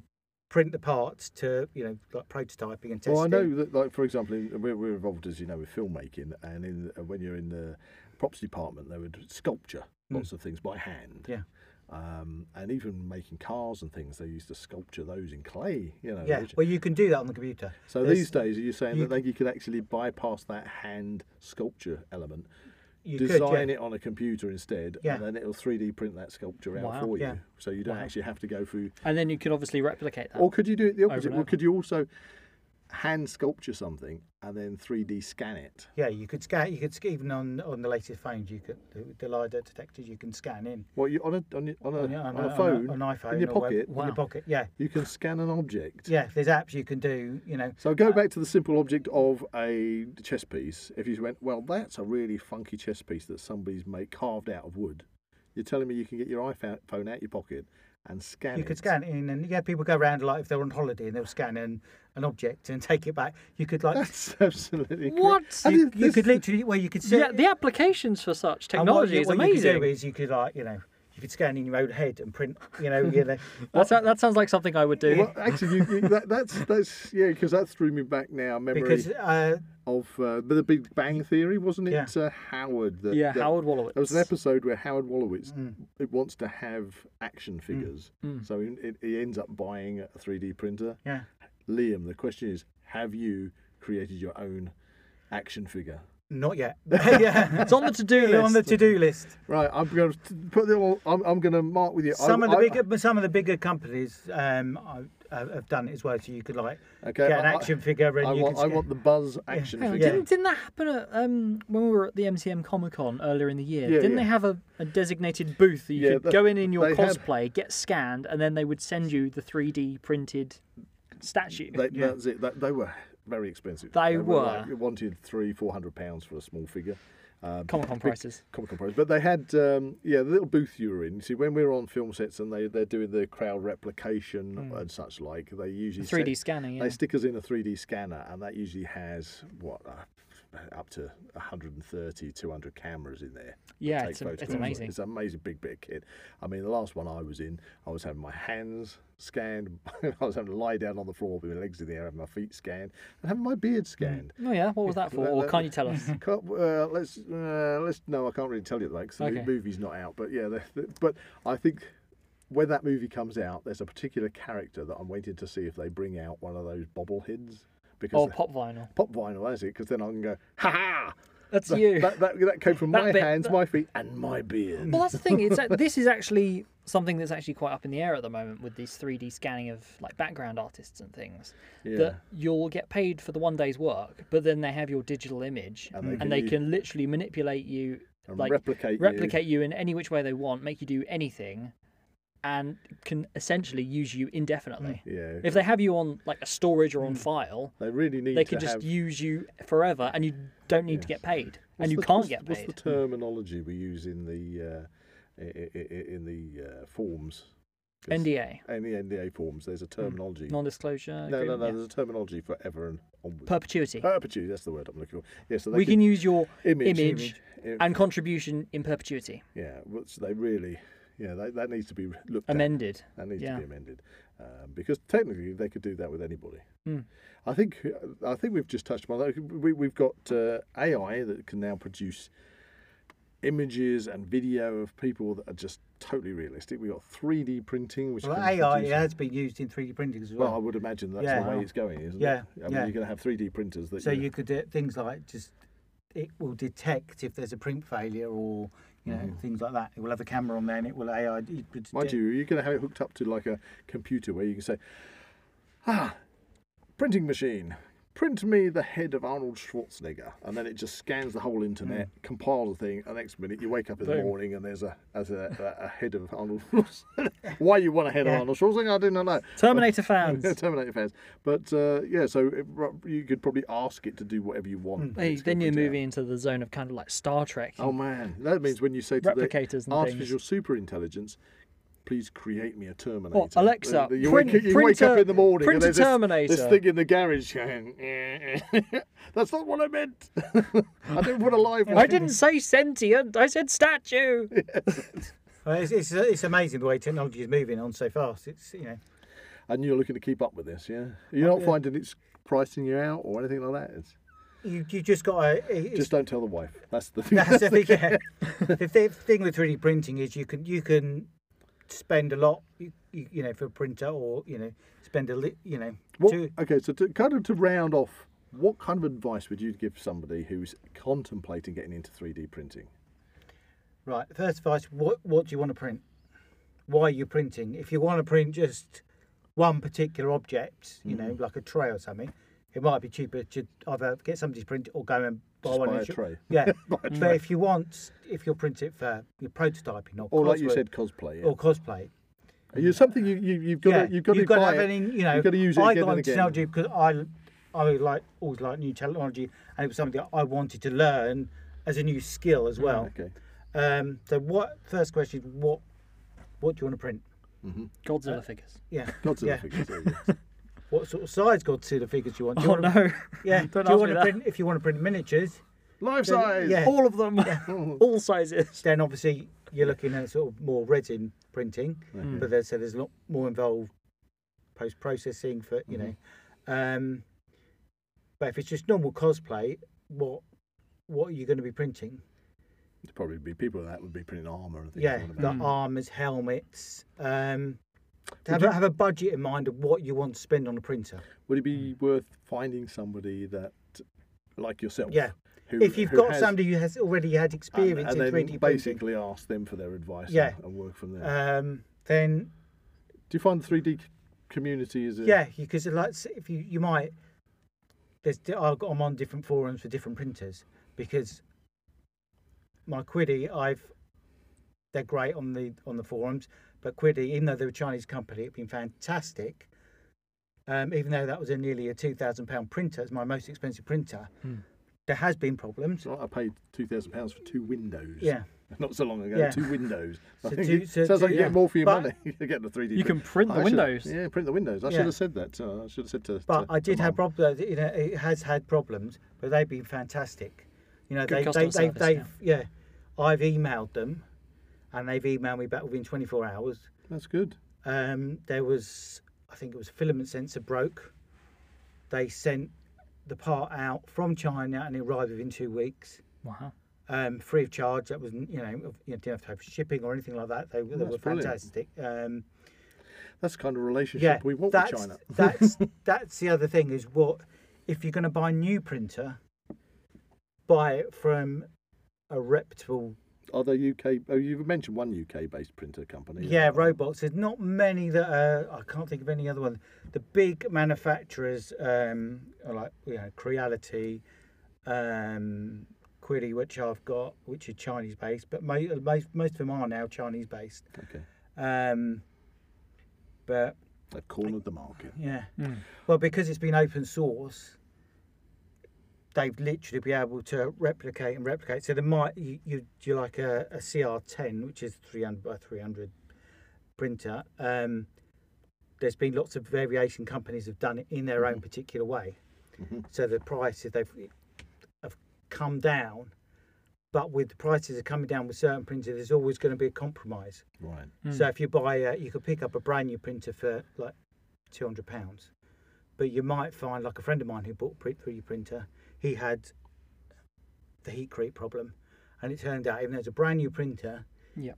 S3: print the parts to you know like prototyping and testing.
S2: Well, I know that, like for example, in, we're, we're involved, as you know, with filmmaking, and in uh, when you're in the props department, they would sculpture
S3: Mm.
S2: lots of things by hand.
S3: Yeah.
S2: Um, and even making cars and things, they used to sculpture those in clay. You know.
S3: Yeah,
S2: which-
S3: well, you can do that on the computer.
S2: so
S3: There's-
S2: these days, are you saying
S3: you-
S2: that they, you could actually bypass that hand sculpture element,
S3: you
S2: design
S3: could, yeah.
S2: it on a computer instead,
S3: Yeah.
S2: and then it'll 3D print that sculpture out
S4: Wow.
S2: for you.
S3: Yeah.
S2: So you don't actually have to go through
S4: and then you could obviously replicate that.
S2: or could you do it the opposite?
S4: and
S2: Well,
S4: over.
S2: could you also hand sculpture something and then 3D scan it?
S3: Yeah, you could scan. You could sc- even on on the latest phones, you could the- the lidar detectors. You can scan in.
S2: Well, you on a on, your, on, a,
S3: on, your-
S2: on,
S3: on
S2: a,
S3: a-
S2: phone,
S3: on an iPhone,
S2: in your
S3: or web-
S2: pocket,
S3: in
S4: Wow.
S3: your pocket. Yeah,
S2: you can scan an object.
S3: yeah. There's apps you can do. You know,
S2: So go back to the simple object of a chess piece. If you went, well, that's a really funky chess piece that somebody's made carved out of wood. You're telling me you can get your iPhone out your pocket and scan
S3: you
S2: it.
S3: could scan it in, and yeah, people go around like if they're on holiday and they'll scan an, an object and take it back. You could like
S2: That's absolutely correct.
S4: What?
S2: I
S3: you,
S2: did
S3: you
S2: this-
S3: could literally well you could see
S4: Yeah, the applications for such
S3: and what
S4: technology
S3: you-
S4: is
S3: what You could
S4: amazing.
S3: do is you could like you know you could scan in your own head and print. You know, you know.
S4: That, sou- that sounds like something I would do.
S2: Well, actually, you, you, that, that's that's yeah, because that threw me back now. Memory
S3: Because uh,
S2: of uh, the Big Bang Theory, wasn't it?
S3: Yeah.
S2: Uh, Howard. That,
S4: yeah,
S2: that-
S4: Howard Wolowitz.
S2: There was an episode where Howard Wolowitz
S3: Mm.
S2: it wants to have action figures, so he, it- he ends up buying a 3D printer.
S3: yeah,
S2: Liam, the question is, have you created your own action figure?
S3: not yet. yeah,
S4: It's on the to-do list.
S3: on the to-do list.
S2: Right, I'm going to put the. all- I'm, I'm going to mark with you. I-
S3: Some of the
S2: I-
S3: bigger, but some of the bigger companies um, I- have have done it as well. So you could like
S2: Okay,
S3: get an
S2: I-
S3: action figure and
S2: I
S3: you
S2: want,
S3: could
S2: I
S3: scan-
S2: want the Buzz action
S4: Hang on,
S2: figure.
S4: didn't, didn't that happen at, um, when we were at the MCM Comic Con earlier in the year?
S2: Yeah,
S4: didn't
S2: yeah.
S4: they have a, a designated booth that you
S2: Yeah,
S4: could
S2: that-
S4: go in in your
S2: they had-
S4: cosplay, get scanned, and then they would send you the 3D printed statue?
S2: They, That's it. That, they were very expensive.
S4: They
S2: like,
S4: were.
S2: wanted three, four hundred pounds for a small figure. Um,
S4: Comic Con prices.
S2: Comic Con price. But they had, um, yeah, the little booth you were in. You see, when we were on film sets and they, they're doing the crowd replication
S4: Hmm.
S2: and such like, they usually
S4: 3D
S2: set-
S4: scanning. Yeah.
S2: They stick us in a 3D scanner, and that usually has what uh, up to 130, 200 cameras in there. to
S4: Yeah,
S2: take
S4: it's a- it's
S2: photographs.
S4: amazing.
S2: It's an amazing big bit of kit. I mean, the last one I was in, I was having my hands scanned. I was having to lie down on the floor with my legs in the air, having my feet scanned, and having my beard scanned.
S4: Oh yeah, what was that for?
S2: That-
S4: Or
S2: that-
S4: can't you tell us?
S2: Can't, uh, let's uh, let's no, I can't really tell you that because the mo-
S4: Okay.
S2: movie's not out. But yeah, the, the, but I think when that movie comes out, there's a particular character that I'm waiting to see if they bring out one of those bobbleheads because
S4: Oh,
S2: the-
S4: pop vinyl.
S2: pop vinyl, that's it. Because then I can go ha ha.
S4: That's
S2: That,
S4: you.
S2: That, that, that came from
S4: That
S2: my
S4: bit-
S2: hands,
S4: that-
S2: my feet, and my beard.
S4: Well, that's the thing. It's that this is actually something that's actually quite up in the air at the moment with these 3D scanning of like background artists and things.
S2: Yeah.
S4: That you'll get paid for the one day's work, but then they have your digital image, and they,
S2: they
S4: can,
S2: can use-
S4: literally manipulate you,
S2: And
S4: like
S2: replicate you.
S4: replicate you. in any which way they want, make you do anything, and can essentially use you indefinitely.
S2: Yeah.
S4: If they have you on like a storage or on file,
S2: They really need
S4: they
S2: to
S4: can just
S2: have.
S4: use you forever, and you don't need to get paid, and
S2: What's
S4: you
S2: the-
S4: can't
S2: what's-
S4: get
S2: What's
S4: paid. Hmm.
S2: the terminology we use in the uh, i- i- i- in the uh, forms? 'Cause
S4: NDA,
S2: In the NDA forms, there's a
S4: Hmm.
S2: terminology.
S4: non-disclosure.
S2: no, no,
S4: agreement,
S2: no,
S4: yeah.
S2: there's a terminology forever and onwards.
S4: Perpetuity.
S2: Perpetuity, that's the word I'm looking for. Yeah, so they
S4: we
S2: could-
S4: can use your
S2: image,
S4: image,
S2: Im-
S4: and contribution in perpetuity.
S2: yeah, which they really, yeah, they, that needs to be looked at.
S4: Amended.
S2: That needs
S4: Yeah.
S2: to be amended, um, because technically they could do that with anybody.
S4: Mm.
S2: I think uh, I think we've just touched upon that. We, we've got uh, AI that can now produce images and video of people that are just totally realistic. We've got three D printing, which
S3: Well,
S2: can
S3: AI
S2: produce-
S3: has been used in 3D printing as well.
S2: Well, I would imagine that's
S3: Yeah.
S2: the way it's going, isn't
S3: Yeah,
S2: it? I mean,
S3: yeah.
S2: you're going to have three D printers that.
S3: So
S2: you know-
S3: you could do things like just it will detect if there's a print failure or you know things like that. It will have a camera on there and it will AI. You could
S2: Mm-hmm. Mind
S3: do-
S2: you, you're going to have it hooked up to like a computer where you can say, ah, printing machine, print me the head of Arnold Schwarzenegger. And then it just scans the whole internet,
S3: Hmm.
S2: compiles the thing, and next minute you wake up in the
S4: Boom.
S2: morning and there's a, as a, a, a head of Arnold Schwarzenegger. Why you want a head of Arnold Schwarzenegger, I do not know.
S4: Terminator fans.
S2: Yeah, Terminator fans. But uh, yeah, so it, you could probably ask it to do whatever you
S3: Hmm.
S2: want.
S4: Hey,
S2: It's
S4: then
S2: gonna
S4: you're
S2: print it out.
S4: moving into the zone of kind of like Star Trek.
S2: Oh man, that means when you say to
S4: Replicators and
S2: the artificial superintelligence, please create me a Terminator.
S4: What, Alexa,
S2: Uh, You,
S4: print-
S2: wake, you wake up
S4: printer-
S2: in the morning
S4: print a
S2: and there's this- This,
S4: Terminator.
S2: thing in the garage going, "Eh." that's not what I meant. I didn't want a live one.
S4: I didn't say sentient. I said statue.
S3: Well, it's, it's it's amazing the way technology is moving on so fast. It's you know
S2: And you're looking to keep up with this, yeah? You're not finding it's pricing you out or anything like that. It's,
S3: you, you just got to
S2: just don't tell the wife. That's the thing.
S3: That's the thing. Yeah. the thi- thing with 3D printing is you can you can spend a lot, you, you, you know, for a printer or you know, spend a li- you know,
S2: What,
S3: two,
S2: okay, so to kind of to round off, what kind of advice would you give somebody who's contemplating getting into 3D printing?
S3: right. First advice: what what do you want to print? Why are you printing? If you want to print just one particular object, you
S2: Mm.
S3: know, like a tray or something, it might be cheaper to either get somebody to print it or go and buy
S2: Just
S3: one.
S2: buy
S3: in
S2: a
S3: shop.
S2: tray.
S3: Yeah, but if you want, if you'll print it for your prototyping or,
S2: Or like you
S3: cosplay-
S2: said, cosplay.
S4: Oh,
S2: yeah.
S3: or cosplay,
S2: You something you, you you've got to, you've got to
S3: to
S2: buy
S3: have
S2: it.
S3: any, you know,
S2: you've got to use it
S3: I
S2: again
S3: got
S2: and
S3: into
S2: again.
S3: technology because I, I like always like new technology, and it was something I wanted to learn as a new skill as well.
S2: Okay.
S3: Um, so what? First question: is What, what do you want to print?
S4: Godzilla
S2: Uh,
S4: figures.
S3: Yeah.
S2: Godzilla
S3: yeah.
S2: figures. there you go.
S3: What sort of size Godzilla figures do you want? Do you
S4: Oh
S3: want to,
S4: no!
S3: Yeah.
S4: Don't
S3: do you
S4: ask
S3: want
S4: me
S3: to
S4: that.
S3: print? If you want to print miniatures,
S2: Life size.
S3: yeah.
S4: All of them, all sizes.
S3: then obviously you're looking at sort of more resin printing,
S2: Mm-hmm.
S3: but there's so there's a lot more involved post processing for
S2: Mm-hmm.
S3: you know. Um, but if it's just normal cosplay, what what are you going to be printing?
S2: There'd probably be people that would be printing armor and things.
S3: Yeah,
S2: like that.
S3: like armors, helmets. Um, to have, a have a budget in mind of what you want to spend on a printer.
S2: Would it be
S3: Mm.
S2: worth finding somebody that, like yourself?
S3: Yeah.
S2: Who,
S3: If you've
S2: who
S3: got
S2: has-
S3: somebody who has already had
S2: and-
S3: experience
S2: and,
S3: in
S2: then
S3: 3D printing,
S2: basically ask them for their advice.
S3: Yeah.
S2: And, and work from there.
S3: um, then
S2: Do you find the 3D c- community is a,
S3: Yeah, because like s- if you you might there's di- I've got I'm on different forums for different printers because my Quiddy I've they're great on the on the forums, but Quiddy even though they're a Chinese company, it's been fantastic. Um, even though that was a nearly a two thousand pound printer, it's my most expensive printer. There has been problems.
S2: it's not- I paid two thousand pounds for two windows.
S3: Yeah.
S2: Not so long ago,
S3: Yeah.
S2: two windows. I
S3: So
S2: think
S3: two-
S2: it
S3: so
S2: sounds
S3: two-
S2: like you
S3: yeah.
S2: get more for your
S3: But-
S2: money. you get the 3D.
S4: You can print the
S2: I should-
S4: windows.
S2: yeah, print the windows. I should
S3: Yeah.
S2: have said that. uh, I should have said to.
S3: But
S2: to-
S3: I
S2: to
S3: did
S2: Mum.
S3: have problems. You know, it has had problems, but they've been fantastic. You know,
S4: Good
S3: they,
S4: customer
S3: they, they,
S4: service,
S3: they've, yeah. I've emailed them, and they've emailed me back within 24 hours.
S2: That's good.
S3: Um, there was, I think it was a filament sensor broke. They sent the part out from China, and it arrived within two weeks,
S4: Wow.
S3: um, free of charge. That was, you know, you didn't have to pay for shipping or anything like that. They, they
S2: that's
S3: were
S2: brilliant.
S3: fantastic. Um,
S2: That's the kind of relationship
S3: yeah,
S2: we want with
S3: that's,
S2: China.
S3: that's that's the other thing is what if you're going to buy a new printer, buy it from a reputable.
S2: Are they UK? Oh, you've mentioned one UK-based printer company.
S3: Yeah, robots. There's not many that are. I can't think of any other one. The big manufacturers um, are like you know Creality, um, Quiddy, which I've got, which are Chinese based, but mo- most most of them are now Chinese based.
S2: Okay.
S3: Um, but
S2: They've cornered the market.
S3: Yeah. Well, because it's been open source, they've literally be able to replicate and replicate. So they might you you do like a, a CR10, which is 300 by 300 printer, um, there's been lots of variation companies have done it in their own particular way. So the prices they've have come down, but with the prices that are coming down with certain printers, there's always going to be a compromise.
S2: Right.
S3: So if you buy, a, you could pick up a brand new printer for like two hundred pounds, but you might find like a friend of mine who bought a print three D printer, he had the heat creep problem, and it turned out even though it's a brand new printer,
S4: Yep.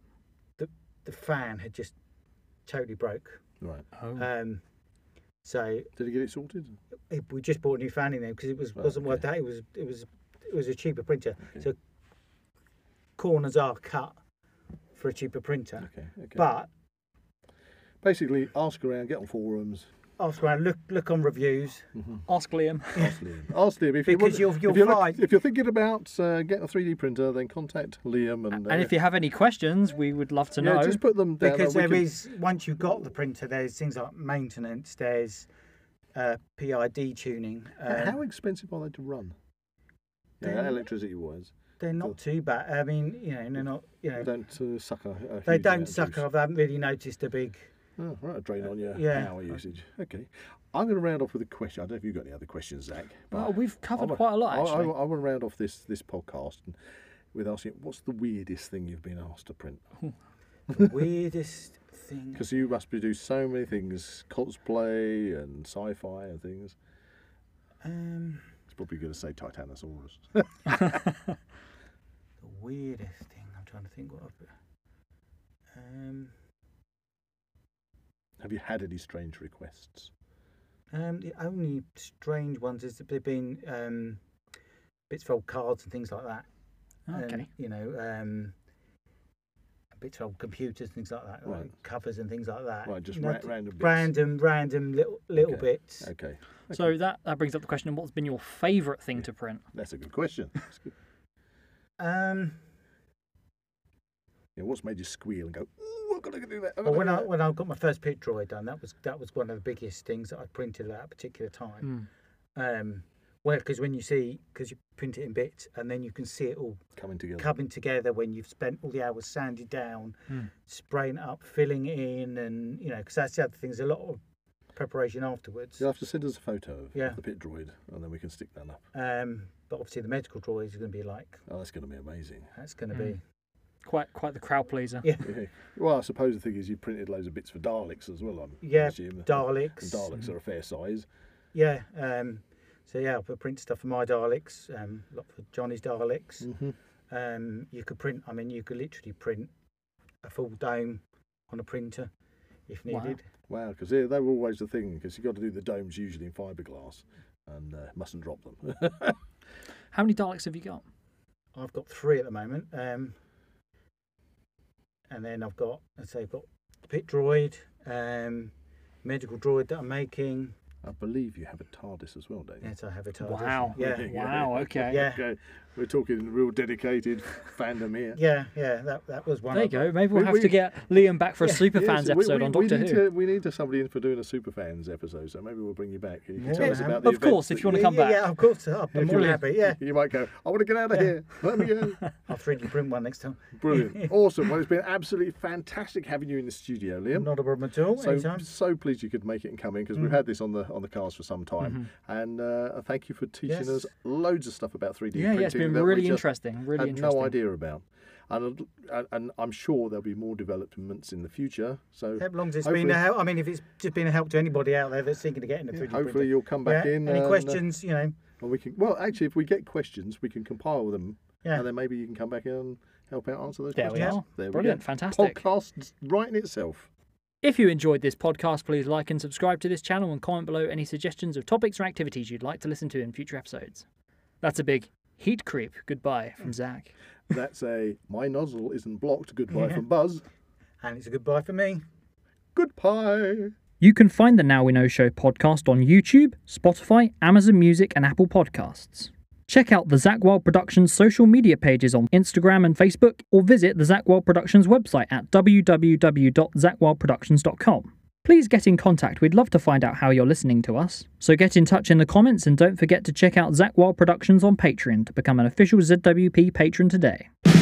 S3: the the fan had just totally broke.
S2: Right.
S4: Oh.
S3: Um, so
S2: Did he get it sorted?
S3: it, we just bought a new fan in there because it was
S2: Right,
S3: wasn't
S2: okay.
S3: worth that. It was it was it was a cheaper printer. So corners are cut for a cheaper printer,
S2: Okay. Okay.
S3: but
S2: Basically, ask around, get on forums,
S3: after I look look on reviews.
S4: Ask Liam.
S2: ask Liam. Ask Liam if you
S3: Because
S2: want-
S3: you'll- you'll
S2: if you're look-
S3: find-
S2: if you're thinking about uh, getting a 3D printer, then contact Liam and. uh,
S4: And if you have any questions, we would love to
S2: yeah,
S4: know.
S2: just put them down.
S3: because
S2: there
S3: there
S2: we can-
S3: is once you've got the printer there's things like maintenance there's uh, pid tuning
S2: H-
S3: um,
S2: How expensive are they to run? Yeah,
S3: They're-
S2: electricity wise,
S3: they're not too bad i mean you know they're not you
S2: they
S3: know
S2: don't uh, suck a, a
S3: they
S2: huge amount
S3: don't
S2: of
S3: suck
S2: juice.
S3: up i haven't really noticed a big
S2: Oh, right, a drain on your
S3: yeah.
S2: power usage. Okay, I'm going to round off with a question. I don't know if you've got any other questions, Zach.
S4: Well, we've covered
S2: wa-
S4: quite a lot,
S2: I- I,
S4: actually.
S2: wa- I, want to round off this this podcast and with asking, what's the weirdest thing you've been asked to print?
S3: weirdest thing
S2: Because you must produce so many things, cosplay and sci-fi and things.
S3: um
S2: It's probably going to say Titanosaurus.
S3: the weirdest thing i'm trying to think what I've, um
S2: Have you had any strange requests?
S3: um the only strange ones is that they've been um bits of old cards and things like that and,
S4: Oh, okay.
S3: you know, um, bits of old computers, things like that, like
S2: Right.
S3: covers and things like that.
S2: Right, just
S3: Uh, Not-
S2: ra- random bits.
S3: random, random little little
S2: Okay.
S3: bits.
S2: Okay,
S4: So that, that brings up the question what's been your favourite thing to print?
S2: that's a good question. That's good.
S3: Um,
S2: Yeah, what's made you squeal and go? Ooh, I've got to do that. I've
S3: but
S2: gotta
S3: when
S2: do
S3: I
S2: that."
S3: when I got my first Pictroid done, that was that was one of the biggest things that I printed at that particular time.
S4: Hmm.
S3: Um, well, because when you see, because you print it in bits, and then you can see it all
S2: coming together.
S3: coming together when you've spent all the hours sanding down,
S4: Hmm.
S3: spraying it up, filling it in, and you know, because that's the other thing. There's a lot of preparation afterwards.
S2: You'll have to send us a photo of
S3: Yeah.
S2: the pit droid, and then we can stick that up.
S3: Um, but obviously, the medical drawings are going to be like
S2: Oh, that's going to be amazing.
S3: that's going to
S4: Mm.
S3: be.
S4: Quite quite the crowd pleaser.
S3: Yeah.
S2: Yeah. Well, I suppose the thing is you printed loads of bits for Daleks as well. I'm
S3: Yeah,
S2: assuming.
S3: Daleks.
S2: And Daleks are a fair size.
S3: Yeah. Um, so yeah, I could print stuff for my Daleks. Um, a lot for Johnny's Daleks. Um, you could print. I mean, you could literally print a full dome on a printer if
S4: Wow.
S3: needed.
S2: Wow, because they, they were always the thing. Because you got to do the domes usually in fiberglass, and uh, mustn't drop them.
S4: How many Daleks have you got?
S3: I've got three at the moment. Um, and then I've got, let's say, I've got the pit droid, um, medical droid that I'm making.
S2: I believe you have a TARDIS as well, don't you?
S3: Yes, I have a TARDIS.
S4: Wow.
S3: Yeah.
S4: Wow, okay.
S3: Yeah.
S2: Okay, we're talking real dedicated fandom here.
S3: Yeah, yeah, that that was one.
S4: There you
S3: of
S4: go. Maybe we'll
S2: We-
S4: have
S2: we-
S4: to get Liam back for a
S2: Yes,
S4: Superfans
S2: we-
S4: episode
S2: we,
S4: on
S2: we
S4: Doctor
S2: need
S4: Who.
S2: To, we need to somebody in for doing a Superfans episode, so maybe we'll bring you back. You can
S3: Yeah.
S2: tell us about the
S4: Of course,
S2: events
S4: if
S2: that
S4: you want to
S3: yeah,
S4: come
S3: yeah,
S4: back.
S3: yeah, of course. uh, I'm more
S2: you-
S3: than happy. Yeah,
S2: You might go, I want to get out of here. Let me go.
S3: I'll 3D print one next time.
S2: Brilliant. awesome. Well, it's been absolutely fantastic having you in the studio, Liam.
S3: Not a problem at all.
S2: So,
S3: anytime.
S2: so pleased you could make it and come in because
S4: Mm.
S2: we've had this on the on the cars for some time,
S4: Mm-hmm.
S2: and uh, thank you for teaching
S3: Yes.
S2: us loads of stuff about three D
S4: Yeah,
S2: printing.
S4: yeah, it's been
S2: that we
S4: really
S2: just
S4: interesting. Really
S2: had
S4: interesting.
S2: no idea about, and and- and I'm sure there'll be more developments in the future. So
S3: How long has it been a help? I mean, if it's just been a help to anybody out there that's thinking of getting a 3D printer.
S2: hopefully you'll come back
S3: yeah.
S2: in.
S3: Any
S2: and, uh,
S3: questions? You know,
S2: and we can. Well, actually, if we get questions, we can compile them,
S3: Yeah.
S2: and then maybe you can come back in and help out answer those
S4: There we
S2: questions.
S4: are.
S2: There
S4: Brilliant,
S2: we go.
S4: fantastic.
S2: Podcast right in itself.
S4: If you enjoyed this podcast, please like and subscribe to this channel and comment below any suggestions of topics or activities you'd like to listen to in future episodes. That's a big heat creep goodbye from Zach.
S2: That's a my nozzle isn't blocked. Goodbye from Buzz.
S3: and it's a goodbye for me.
S2: Goodbye.
S1: You can find the Now We Know Show podcast on YouTube, Spotify, Amazon Music, and Apple Podcasts. Check out the Zach Wild Productions social media pages on Instagram and Facebook, or visit the Zach Wild Productions website at www.zachwildproductions.com. Please get in contact. We'd love to find out how you're listening to us. So get in touch in the comments and don't forget to check out Zach Wild Productions on Patreon to become an official ZWP patron today.